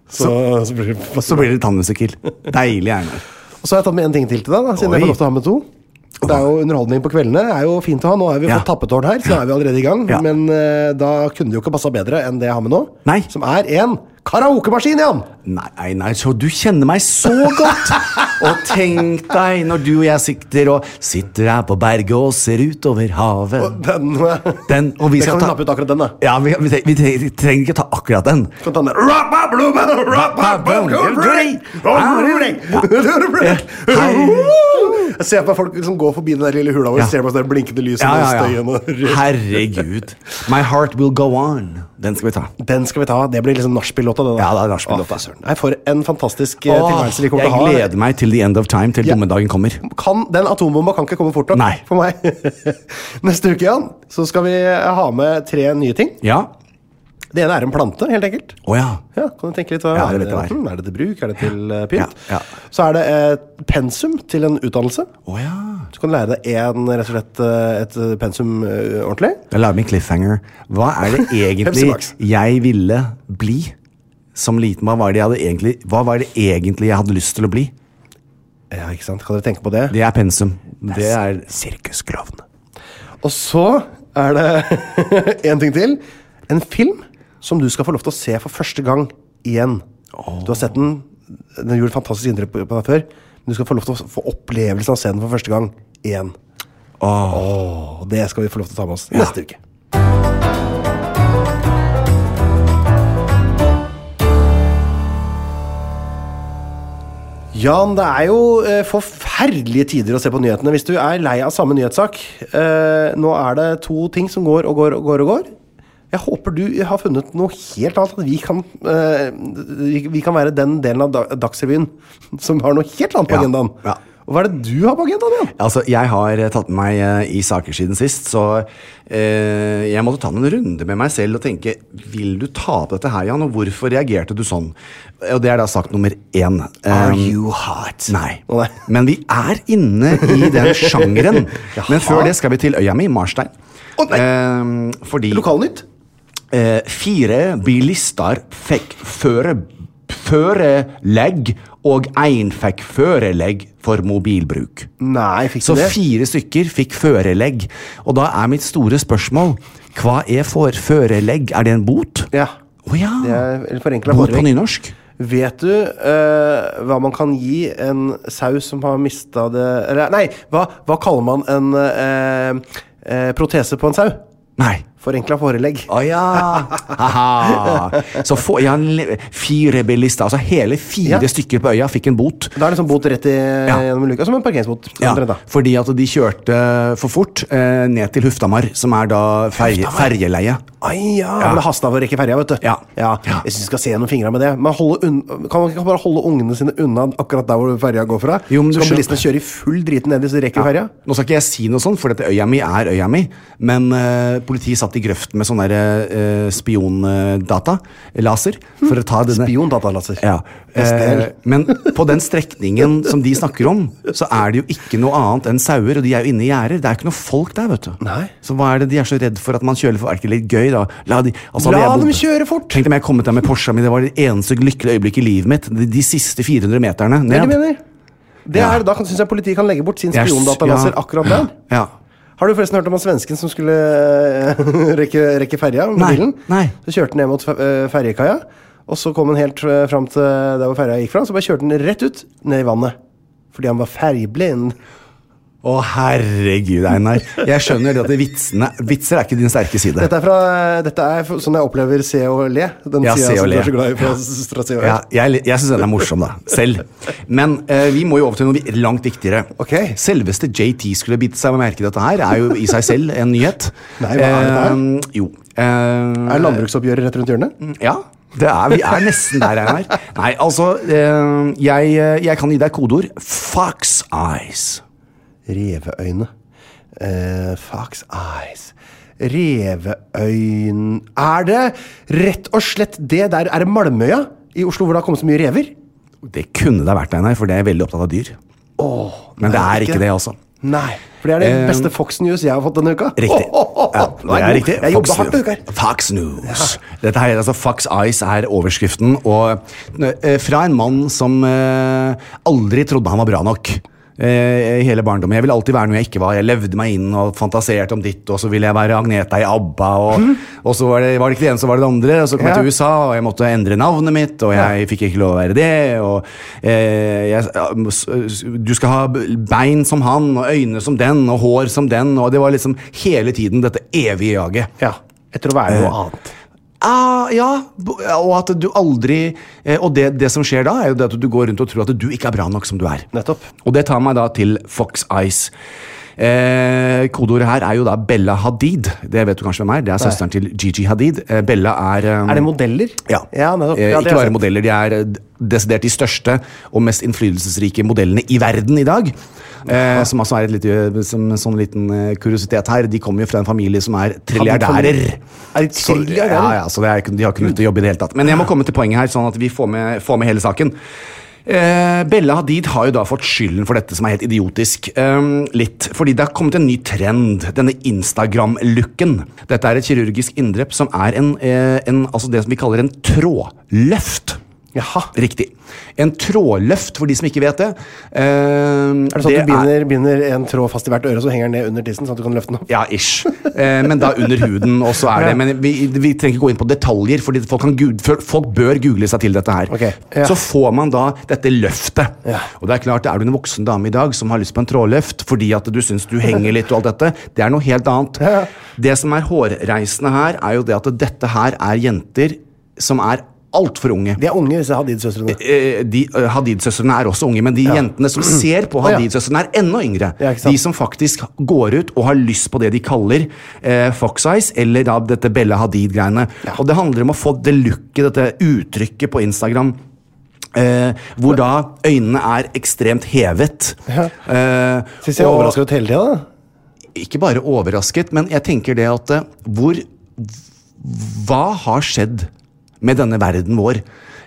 [SPEAKER 4] så, så blir det
[SPEAKER 5] Så blir det tannhjulssykkel. Deilig, Einar.
[SPEAKER 4] Og så har jeg tatt med en ting til til deg, da, siden
[SPEAKER 5] Oi.
[SPEAKER 4] jeg får lov til å ha med to. Det er jo Underholdning på kveldene er jo fint å ha. Nå har vi
[SPEAKER 5] Ja.
[SPEAKER 4] fått tappetårn her, så da er vi allerede i gang.
[SPEAKER 5] Ja.
[SPEAKER 4] Men eh, da kunne det jo ikke passa bedre enn det jeg har med nå.
[SPEAKER 5] Nei.
[SPEAKER 4] Som er en karaokemaskin, Jan!
[SPEAKER 5] Nei, Einar, så du kjenner meg så godt! Og tenk deg når du og jeg sitter og sitter her på berget og ser utover havet.
[SPEAKER 4] Den,
[SPEAKER 5] Den, og vi
[SPEAKER 4] det
[SPEAKER 5] skal
[SPEAKER 4] kan vi
[SPEAKER 5] ta
[SPEAKER 4] nappe ut akkurat den, da.
[SPEAKER 5] Ja, vi, vi, tre- vi tre- vi trenger ikke ta akkurat den.
[SPEAKER 4] Kan ta den der. Rappa, blubba, rappa, blubba, rei, rei, rei,
[SPEAKER 5] Eh,
[SPEAKER 4] rei. Jeg ser på folk som går forbi den der lille hula vår
[SPEAKER 5] Ja.
[SPEAKER 4] og ser på det der blinkende lyset
[SPEAKER 5] Ja,
[SPEAKER 4] og
[SPEAKER 5] ja,
[SPEAKER 4] støyen.
[SPEAKER 5] ja.
[SPEAKER 4] og-
[SPEAKER 5] Herregud. My heart will go on. Den skal vi ta.
[SPEAKER 4] Den skal vi ta. Det blir liksom nachspiel-låta. det da.
[SPEAKER 5] Ja, det er nachspiel-låta.
[SPEAKER 4] Å, fy søren. Nei, For en fantastisk eh, tilværelse vi
[SPEAKER 5] Åh,
[SPEAKER 4] kommer
[SPEAKER 5] jeg
[SPEAKER 4] til å ha.
[SPEAKER 5] gleder meg til the end of time, til
[SPEAKER 4] Ja.
[SPEAKER 5] dommedagen kommer.
[SPEAKER 4] Kan, den atombomba kan ikke komme fort nok
[SPEAKER 5] Nei.
[SPEAKER 4] for meg. Neste uke Jan, så skal vi eh, ha med tre nye ting.
[SPEAKER 5] Ja.
[SPEAKER 4] Det ene er en plante, helt enkelt.
[SPEAKER 5] Å ja.
[SPEAKER 4] Ja, kan du tenke litt hva
[SPEAKER 5] Ja,
[SPEAKER 4] er,
[SPEAKER 5] det vet
[SPEAKER 4] det,
[SPEAKER 5] jeg hva er.
[SPEAKER 4] hmm, er det til bruk? Er det til eh, pynt?
[SPEAKER 5] Ja, ja.
[SPEAKER 4] Så er det et pensum til en utdannelse.
[SPEAKER 5] Å ja.
[SPEAKER 4] Du kan lære deg en, rett og slett, eh, et eh, pensum eh, ordentlig.
[SPEAKER 5] Jeg lager meg en cliffhanger. Hva er det egentlig
[SPEAKER 4] Pepsi Max.
[SPEAKER 5] jeg ville bli som liten? Hva var, det jeg hadde egentlig, hva var det egentlig jeg hadde lyst til å bli?
[SPEAKER 4] Ja, ikke sant? Kan dere tenke på det?
[SPEAKER 5] Det er pensum. Det er
[SPEAKER 4] Sirkusklovn. Og så er det en ting til. En film som du skal få lov til å se for første gang igjen. Du har sett den, den gjorde et fantastisk inntrykk på på deg før, men du skal få lov til å få opplevelsen av å se den for første gang igjen. Åh, det skal vi få lov til å ta med oss neste uke. Jan, det er jo eh, forferdelige tider å se på nyhetene hvis du er lei av samme nyhetssak. Eh, nå er det to ting som går og går og går og går. Jeg håper du har funnet noe helt annet. At vi kan, eh, vi, vi kan være den delen av da, Dagsrevyen som har noe helt annet på
[SPEAKER 5] Ja,
[SPEAKER 4] agendaen.
[SPEAKER 5] ja.
[SPEAKER 4] Og hva er det du har på agendaen, Jan?
[SPEAKER 5] Altså, Jeg har eh, tatt med meg eh, i saker siden sist, så eh, jeg måtte ta en runde med meg selv og tenke Vil du ta opp dette her, Jan, og hvorfor reagerte du sånn? Og det er da sak nummer én. Are you hot? Nei.
[SPEAKER 4] Å, nei.
[SPEAKER 5] Men vi er inne i den sjangeren. Men før det skal vi til øya mi, Marstein.
[SPEAKER 4] Å, nei.
[SPEAKER 5] Eh, fordi
[SPEAKER 4] Lokalnytt?
[SPEAKER 5] eh, fire bilister fikk føre, førerbevis førelegg, og én fikk førelegg for mobilbruk.
[SPEAKER 4] Nei, fikk
[SPEAKER 5] Så
[SPEAKER 4] du det?
[SPEAKER 5] fire stykker fikk førelegg. Og da er mitt store spørsmål hva er for førelegg? Er det en bot?
[SPEAKER 4] Ja.
[SPEAKER 5] Å ja!
[SPEAKER 4] Det er forenkla
[SPEAKER 5] Bot på nynorsk?
[SPEAKER 4] Vet du eh, hva man kan gi en saus som har mista det eller, Nei, hva, hva kaller man en eh, eh, protese på en sau?
[SPEAKER 5] Nei.
[SPEAKER 4] Forenkla forelegg.
[SPEAKER 5] Å ja! Haha. Så få, ja, le- fire bilister, altså hele
[SPEAKER 4] Ja.
[SPEAKER 5] fire stykker på øya, fikk en bot.
[SPEAKER 4] Da er det sånn bot rett i,
[SPEAKER 5] Ja.
[SPEAKER 4] gjennom luka, som en parkeringsbot.
[SPEAKER 5] Ja,
[SPEAKER 4] omtrent da.
[SPEAKER 5] fordi at de kjørte for fort eh, ned til Huftamar, som er da ferje, ferjeleie.
[SPEAKER 4] Ai, ja. Men det hasta av å rekke ferja, vet du.
[SPEAKER 5] Ja. Ja.
[SPEAKER 4] Jeg syns vi skal se gjennom fingra med det. Men holde unn- kan man ikke bare holde ungene sine unna akkurat der hvor ferja går fra?
[SPEAKER 5] Jo, men du
[SPEAKER 4] så kan
[SPEAKER 5] skjønner-
[SPEAKER 4] bilistene kjøre i full driten ned hvis de rekker ferja?
[SPEAKER 5] Nå skal ikke jeg si noe sånt, for dette øya mi er øya mi, men eh, politiet satt i grøften med sånne der, eh, spiondata, eh, laser, for å ta denne
[SPEAKER 4] Spiondata, Lasse.
[SPEAKER 5] Ja. Eh,
[SPEAKER 4] SDL.
[SPEAKER 5] men på den strekningen som de snakker om, så er det jo ikke noe annet enn sauer, og de er jo inne i gjerder. Det er jo ikke noe folk der, vet du.
[SPEAKER 4] Nei.
[SPEAKER 5] Så hva er det de er så redd for at man kjører for? Er det ikke litt gøy, da? La, de, altså,
[SPEAKER 4] La
[SPEAKER 5] hadde jeg bodd-
[SPEAKER 4] dem kjøre fort!
[SPEAKER 5] Tenk om jeg kommet der med Porscha mi, det var det eneste lykkelige øyeblikket i livet mitt. De, de siste 400 meterne
[SPEAKER 4] Det er
[SPEAKER 5] ned.
[SPEAKER 4] det jeg mener. Det
[SPEAKER 5] Ja.
[SPEAKER 4] er, Da syns jeg politiet kan legge bort sin
[SPEAKER 5] Jeg er s-
[SPEAKER 4] spiondatalaser
[SPEAKER 5] ja.
[SPEAKER 4] akkurat der.
[SPEAKER 5] Ja.
[SPEAKER 4] Har du forresten hørt om han svensken som skulle eh, rekke, rekke ferja med
[SPEAKER 5] Nei,
[SPEAKER 4] bilen?
[SPEAKER 5] nei.
[SPEAKER 4] Så kjørte han ned mot fe- eh, ferjekaia, og så kom han helt eh, fram til der hvor ferja gikk fra. Så bare kjørte han rett ut, ned i vannet. Fordi han var ferjeblind.
[SPEAKER 5] Å, herregud, Einar. Jeg skjønner det at det vitsene, vitser er ikke din sterke side.
[SPEAKER 4] Dette er, fra, dette er for- sånn jeg opplever Se og Le. Den
[SPEAKER 5] Ja,
[SPEAKER 4] sida
[SPEAKER 5] Se og
[SPEAKER 4] som du
[SPEAKER 5] Le.
[SPEAKER 4] er så glad i fra s- fra Se og Le.
[SPEAKER 5] Ja, jeg jeg syns den er morsom, da. Selv. Men eh, vi må jo over til noe vi- langt viktigere.
[SPEAKER 4] Ok.
[SPEAKER 5] Selveste JT skulle bite seg merke i dette her, er jo i seg selv en nyhet.
[SPEAKER 4] Nei, hva er
[SPEAKER 5] det Jo. eh,
[SPEAKER 4] Er landbruksoppgjøret rett rundt hjørnet?
[SPEAKER 5] Ja, det er, vi er nesten der, Einar. Nei, altså eh, jeg, jeg kan gi deg kodeord. Fox eyes.
[SPEAKER 4] Reveøyne. Eh, fox eyes. Reveøyn... Er det rett og slett det der? Er det Malmøya i Oslo hvor det har kommet så mye rever?
[SPEAKER 5] Det kunne det vært, Einar, for det er jeg veldig opptatt av dyr. Men det er ikke det, altså.
[SPEAKER 4] Nei. For det er den
[SPEAKER 5] Eh,
[SPEAKER 4] beste Fox News jeg har fått denne uka.
[SPEAKER 5] Riktig.
[SPEAKER 4] Åh, åh, åh,
[SPEAKER 5] Ja,
[SPEAKER 4] åh, den
[SPEAKER 5] det er
[SPEAKER 4] god.
[SPEAKER 5] riktig.
[SPEAKER 4] Jeg jobba
[SPEAKER 5] Fox
[SPEAKER 4] hardt denne uka. her.
[SPEAKER 5] News. Fox News. Dette her, altså Fox Eyes er overskriften, og eh, fra en mann som eh, aldri trodde han var bra nok. eh, i hele barndommen. Jeg ville alltid være noe jeg ikke var. Jeg levde meg inn og fantaserte om ditt, og så ville jeg være Agneta i ABBA, og, og så var det, var det ikke det ene, så var det det andre. Og så kom
[SPEAKER 4] Ja.
[SPEAKER 5] jeg til USA, og jeg måtte endre navnet mitt, og jeg fikk ikke lov å være det. Og, eh, jeg, ja, s- s- du skal ha b- bein som han, og øyne som den, og hår som den. Og det var liksom hele tiden dette evige jaget.
[SPEAKER 4] Ja. Etter å være noe
[SPEAKER 5] Eh,
[SPEAKER 4] annet.
[SPEAKER 5] Ah, ja, bo- og at du aldri eh, Og det, det som skjer da, er jo det at du går rundt og tror at du ikke er bra nok som du er.
[SPEAKER 4] Nettopp.
[SPEAKER 5] Og det tar meg da til Fox Eyes. Eh, kodeordet her er jo da Bella Hadid. Det vet du kanskje hvem er. Det er søsteren til Gigi Hadid. Eh, Bella er eh,
[SPEAKER 4] Er det modeller?
[SPEAKER 5] Ja.
[SPEAKER 4] nettopp.
[SPEAKER 5] eh,
[SPEAKER 4] Ja, det har
[SPEAKER 5] ikke bare
[SPEAKER 4] jeg sett.
[SPEAKER 5] modeller, de er eh, desidert de største og mest innflytelsesrike modellene i verden i dag. Eh, som altså er et lite, som, en sånn liten eh, kuriositet her. De kommer jo fra en familie som er trilliardærer.
[SPEAKER 4] Er de
[SPEAKER 5] Så-
[SPEAKER 4] trilliardærer?
[SPEAKER 5] Ja, ja, så det er, ikke- de har ikke nødt til å jobbe i det hele tatt. Men jeg må komme til poenget her, sånn at vi får med, får med hele saken. Eh, Bella Hadid har jo da fått skylden for dette som er helt idiotisk. Ehm, litt, fordi det har kommet en ny trend, denne Instagram-looken. Dette er et kirurgisk inngrep som er en, eh, en, altså det som vi kaller en trådløft.
[SPEAKER 4] Jaha.
[SPEAKER 5] Riktig. En trådløft, for de som ikke vet det. Ehm,
[SPEAKER 4] Er det sånn at du
[SPEAKER 5] er-
[SPEAKER 4] binder, binder en tråd fast i hvert øre, så henger den ned under tissen? Sånn at du kan løfte den opp?
[SPEAKER 5] ja, ish. Eh, men da under huden. Og så er det, men vi, vi trenger ikke gå inn på detaljer, Fordi folk, kan, gu- folk- folk bør google seg til dette her.
[SPEAKER 4] Ok, ja.
[SPEAKER 5] Så får man da dette løftet.
[SPEAKER 4] Ja.
[SPEAKER 5] Og det Er klart, er du en voksen dame i dag som har lyst på en trådløft fordi at du syns du henger litt, og alt dette, det er noe helt annet.
[SPEAKER 4] Ja.
[SPEAKER 5] Det som er hårreisende her, er jo det at dette her er jenter som er altfor unge.
[SPEAKER 4] De er unge, disse Hadid-søstrene.
[SPEAKER 5] Eh, de, eh, Hadid-søstrene er også unge, men de jentene som ser på
[SPEAKER 4] Å, ja.
[SPEAKER 5] Hadid-søstrene, er enda yngre.
[SPEAKER 4] Ja, ikke sant.
[SPEAKER 5] de som faktisk går ut og har lyst på det de kaller eh, Fox Eyes, eller da dette Bella Hadid-greiene. Og det handler om å få det looket, dette uttrykket på Instagram. Eh, hvor da øynene er ekstremt hevet.
[SPEAKER 4] Ja.
[SPEAKER 5] Eh,
[SPEAKER 4] Syns jeg
[SPEAKER 5] og-
[SPEAKER 4] overrasker ut hele tida, da.
[SPEAKER 5] ikke bare overrasket, men jeg tenker det at eh, hvor Hva har skjedd med denne verden vår?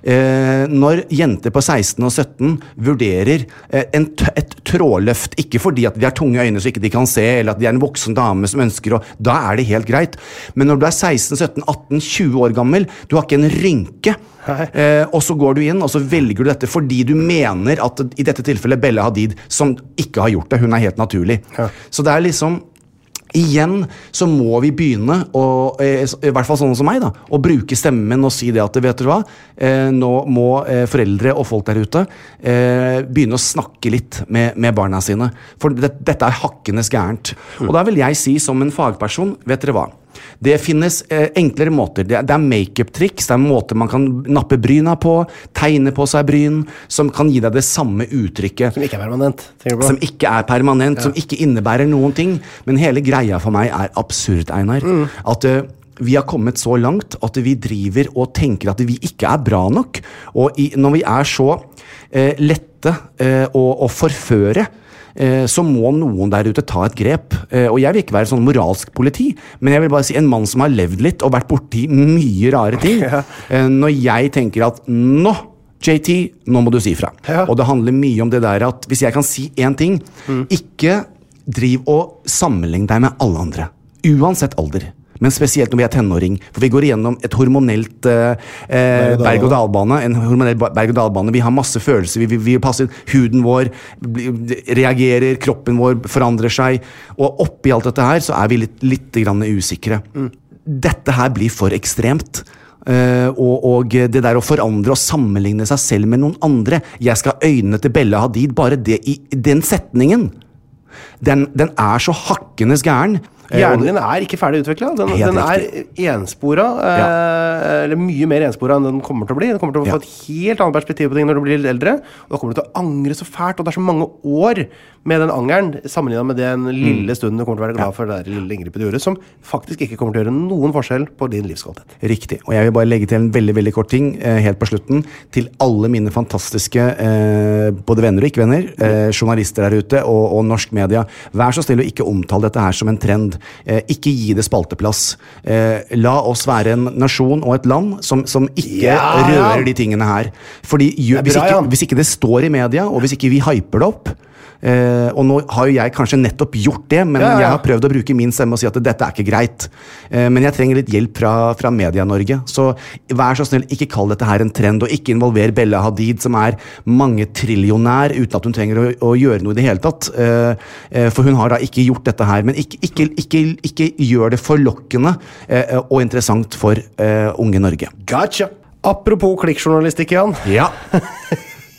[SPEAKER 5] Eh, eh, når jenter på 16 og 17 vurderer eh, en, t- et trådløft, ikke fordi at de har tunge øyne så ikke de kan se, eller at de er en voksen dame som ønsker å Da er det helt greit. Men når du er 16, 17, 18, 20 år gammel, du har ikke en rynke. Eh, og så går du inn og så velger du dette fordi du mener at i dette tilfellet Bella Hadid, som ikke har gjort det, hun er helt naturlig. Så det er liksom Igjen så må vi begynne, å, eh, s- i hvert fall sånne som meg, da, å bruke stemmen min og si det at vet dere hva, eh, nå må eh, foreldre og folk der ute eh, begynne å snakke litt med, med barna sine. For det, dette er hakkenes gærent. Og da vil jeg si som en fagperson, vet dere hva. Det finnes eh, enklere måter. Det er, det er makeup-triks, det er måter man kan nappe bryna på, tegne på seg bryn, som kan gi deg det samme uttrykket
[SPEAKER 4] Som ikke er permanent. tenker du på?
[SPEAKER 5] som ikke er permanent, som ikke innebærer noen ting. Men hele greia for meg er absurd, Einar. At eh, vi har kommet så langt at vi driver og tenker at vi ikke er bra nok. Og i, når vi er så eh, lette eh, å, å forføre eh, så må noen der ute ta et grep. Eh, Og jeg vil ikke være sånn moralsk politi, men jeg vil bare si en mann som har levd litt og vært borti mye rare ting. Eh, Når jeg tenker at nå JT, nå må du si fra. Og det handler mye om det der at hvis jeg kan si én ting Ikke driv og sammenlign deg med alle andre. Uansett alder. Men spesielt når vi er tenåring, for vi går igjennom et hormonelt eh, eh, berg-og-dal-bane. En hormonell ba- berg-og-dal-bane. Vi har masse følelser. Vi, vi, vi passer Huden vår bli- reagerer, kroppen vår forandrer seg. Og oppi alt dette her så er vi litt, litt grann usikre. Dette her blir for ekstremt. Eh, og, og det der å forandre og sammenligne seg selv med noen andre Jeg skal ha øynene til Bella Hadid. Bare det i den setningen! Den, den er så hakkenes gæren. Eh, og-
[SPEAKER 4] Hjernen din er ikke ferdig utvikla. Den,
[SPEAKER 5] Helt
[SPEAKER 4] den er enspora. eh, Eller mye mer enspora enn den kommer til å bli. Den kommer til å
[SPEAKER 5] Ja.
[SPEAKER 4] få et helt annet perspektiv på ting når du blir litt eldre. Og da kommer du til å angre så fælt. Og det er så mange år med den angeren sammenligna med den lille
[SPEAKER 5] Mm.
[SPEAKER 4] stunden du kommer til å være glad for det der lille inngrepet du gjorde, som faktisk ikke kommer til å gjøre noen forskjell på din livskvalitet.
[SPEAKER 5] Riktig. Og jeg vil bare legge til en veldig veldig kort ting eh, helt på slutten. Til alle mine fantastiske eh, både venner og ikke-venner, eh, journalister der ute og, og norsk media. Vær så snill å ikke omtale dette her som en trend. Eh, ikke gi det spalteplass. Eh, la oss være en nasjon og et land som, som ikke
[SPEAKER 4] Ja, ja.
[SPEAKER 5] rører de tingene her. Fordi gjør,
[SPEAKER 4] Det er
[SPEAKER 5] hvis,
[SPEAKER 4] bra,
[SPEAKER 5] ikke,
[SPEAKER 4] Jan.
[SPEAKER 5] hvis ikke det står i media, og hvis ikke vi hyper det opp eh, og nå har jo jeg kanskje nettopp gjort det, men
[SPEAKER 4] Ja, ja, ja.
[SPEAKER 5] jeg har prøvd å bruke min stemme og si at dette er ikke greit. Eh, men jeg trenger litt hjelp fra, fra Media-Norge. Så vær så snill, ikke kall dette her en trend, og ikke involver Bella Hadid, som er mangetrillionær, uten at hun trenger å, å gjøre noe i det hele tatt. Eh, eh, for hun har da ikke gjort dette her. Men ikke, ikke, ikke, ikke gjør det forlokkende eh, og interessant for eh, unge Norge.
[SPEAKER 4] Gotcha! Apropos klikkjournalistikk, Jan.
[SPEAKER 5] Ja.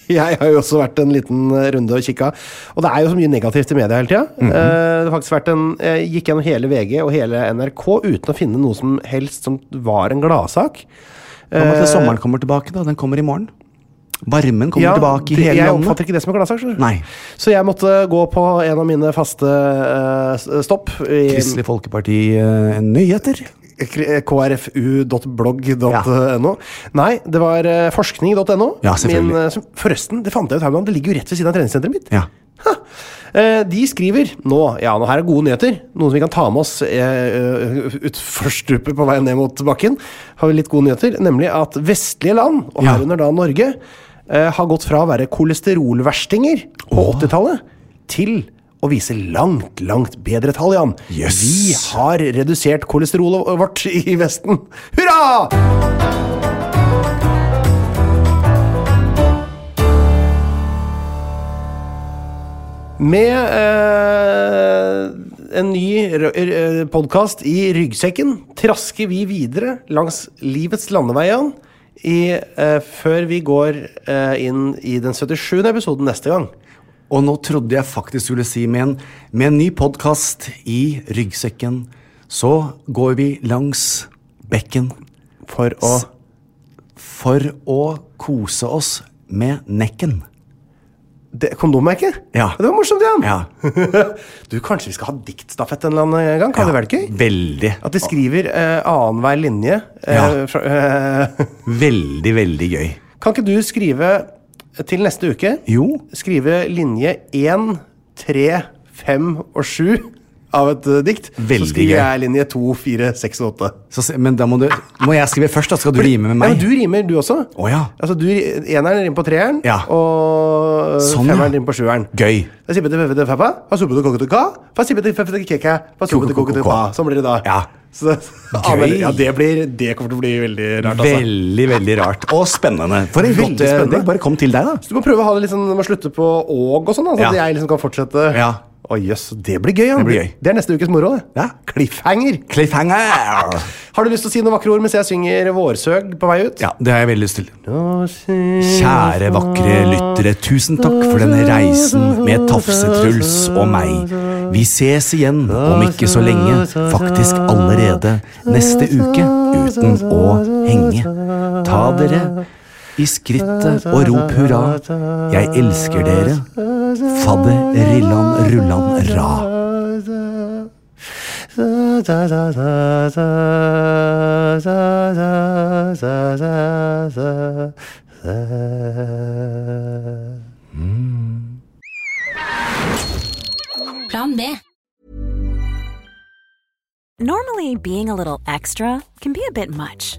[SPEAKER 4] Jeg har jo også vært en liten eh, runde og kikka. Og det er jo så mye negativt i media hele tida.
[SPEAKER 5] Mhm.
[SPEAKER 4] Eh, Det har faktisk vært en Jeg gikk gjennom hele VG og hele NRK uten å finne noe som helst som var en gladsak.
[SPEAKER 5] Hva med
[SPEAKER 4] Eh,
[SPEAKER 5] at sommeren kommer tilbake, da? Den kommer i morgen. Varmen kommer
[SPEAKER 4] Ja,
[SPEAKER 5] tilbake i
[SPEAKER 4] det-
[SPEAKER 5] hele
[SPEAKER 4] jeg
[SPEAKER 5] landet.
[SPEAKER 4] oppfatter ikke det som en gladsak. skjønner du.
[SPEAKER 5] Nei.
[SPEAKER 4] Så jeg måtte gå på en av mine faste eh, s- stopp. i-
[SPEAKER 5] Kristelig eh, Folkeparti-nyheter.
[SPEAKER 4] Kri- krfu.blogg.no.
[SPEAKER 5] Ja.
[SPEAKER 4] Nei, det var eh, forskning.no.
[SPEAKER 5] Ja, selvfølgelig.
[SPEAKER 4] Min, eh, som- forresten, det fant jeg ut her om dagen, det ligger jo rett ved siden av treningssenteret mitt.
[SPEAKER 5] ja.
[SPEAKER 4] Eh, De skriver nå Ja, nå her er gode nyheter. Noen som vi kan ta med oss eh, utforstupe på vei ned mot bakken. Har vi litt gode nyheter, nemlig at vestlige land, og
[SPEAKER 5] Ja.
[SPEAKER 4] herunder da Norge, eh, har gått fra å være kolesterolverstinger på 80-tallet til å vise langt, langt bedre tall, Jan.
[SPEAKER 5] Yes.
[SPEAKER 4] Vi har redusert kolesterolet vårt i Vesten. Hurra! Med eh, en ny podkast i ryggsekken trasker vi videre langs livets landevei Jan, i, eh, før vi går eh, inn i den 77. episoden neste gang.
[SPEAKER 5] Og nå trodde jeg faktisk skulle si med en, med en ny podkast i ryggsekken, så går vi langs bekken
[SPEAKER 4] For å
[SPEAKER 5] for å kose oss med nekken.
[SPEAKER 4] det, Kondommerket?
[SPEAKER 5] Ja.
[SPEAKER 4] Det var morsomt, Jan!
[SPEAKER 5] Ja.
[SPEAKER 4] du, Kanskje vi skal ha diktstafett en eller annen gang? Kan det være gøy?
[SPEAKER 5] Veldig,
[SPEAKER 4] At de skriver eh, annenhver linje. eh,
[SPEAKER 5] Ja.
[SPEAKER 4] fra, eh,
[SPEAKER 5] veldig, veldig gøy.
[SPEAKER 4] kan ikke du skrive til neste uke
[SPEAKER 5] Jo.
[SPEAKER 4] skrive linje 1, 3, 5 og 7 av et eh, dikt,
[SPEAKER 5] Veldig
[SPEAKER 4] så skriver
[SPEAKER 5] gøy.
[SPEAKER 4] jeg linje 2, 4, 6 og 8.
[SPEAKER 5] Så, se- men da må du Må jeg skrive først, da? Skal du rime med
[SPEAKER 4] Ja, men
[SPEAKER 5] meg?
[SPEAKER 4] du rimer, du også.
[SPEAKER 5] Å ja.
[SPEAKER 4] Altså, du, eneren rimer på treeren,
[SPEAKER 5] Ja.
[SPEAKER 4] og øh,
[SPEAKER 5] Sånn, ja.
[SPEAKER 4] femmeren rimer på sjueren.
[SPEAKER 5] Gøy.
[SPEAKER 4] Da sier vi til feffete feppa, fa suppe til kokete ka, fa sippe til feffete keke, fa suppe til kokete
[SPEAKER 5] Kokokoko.
[SPEAKER 4] fa. Sånn blir det da.
[SPEAKER 5] Ja.
[SPEAKER 4] Så, ja, men,
[SPEAKER 5] Gøy.
[SPEAKER 4] ja, det, blir, det kommer til å bli veldig rart, altså.
[SPEAKER 5] Veldig, veldig rart. Og spennende. For en
[SPEAKER 4] Veldig
[SPEAKER 5] godt eh,
[SPEAKER 4] spennende.
[SPEAKER 5] Det bare kom til deg, da.
[SPEAKER 4] Så du må prøve å ha det litt sånn, du må slutte på og og sånn, da, sånn
[SPEAKER 5] Ja.
[SPEAKER 4] at jeg liksom kan fortsette.
[SPEAKER 5] Ja.
[SPEAKER 4] Å jøss, det blir gøy. Ja.
[SPEAKER 5] Det blir gøy.
[SPEAKER 4] det er neste ukes moro, det.
[SPEAKER 5] Ja.
[SPEAKER 4] Cliffhanger.
[SPEAKER 5] Cliffhanger!
[SPEAKER 4] Har du lyst til å si noen vakre ord mens jeg synger Vårsøg på vei ut?
[SPEAKER 5] Ja, det har jeg veldig lyst til.
[SPEAKER 4] Nå synger
[SPEAKER 5] Kjære, vakre lyttere, tusen takk for denne reisen med Tafse-Truls og meg. Vi ses igjen om ikke så lenge, faktisk allerede neste uke, uten å henge. Ta dere i skrittet og rop hurra. Jeg elsker dere. Fadde rillan rullan ra.
[SPEAKER 8] Plan B.
[SPEAKER 3] Normally, being a little extra can be a bit much,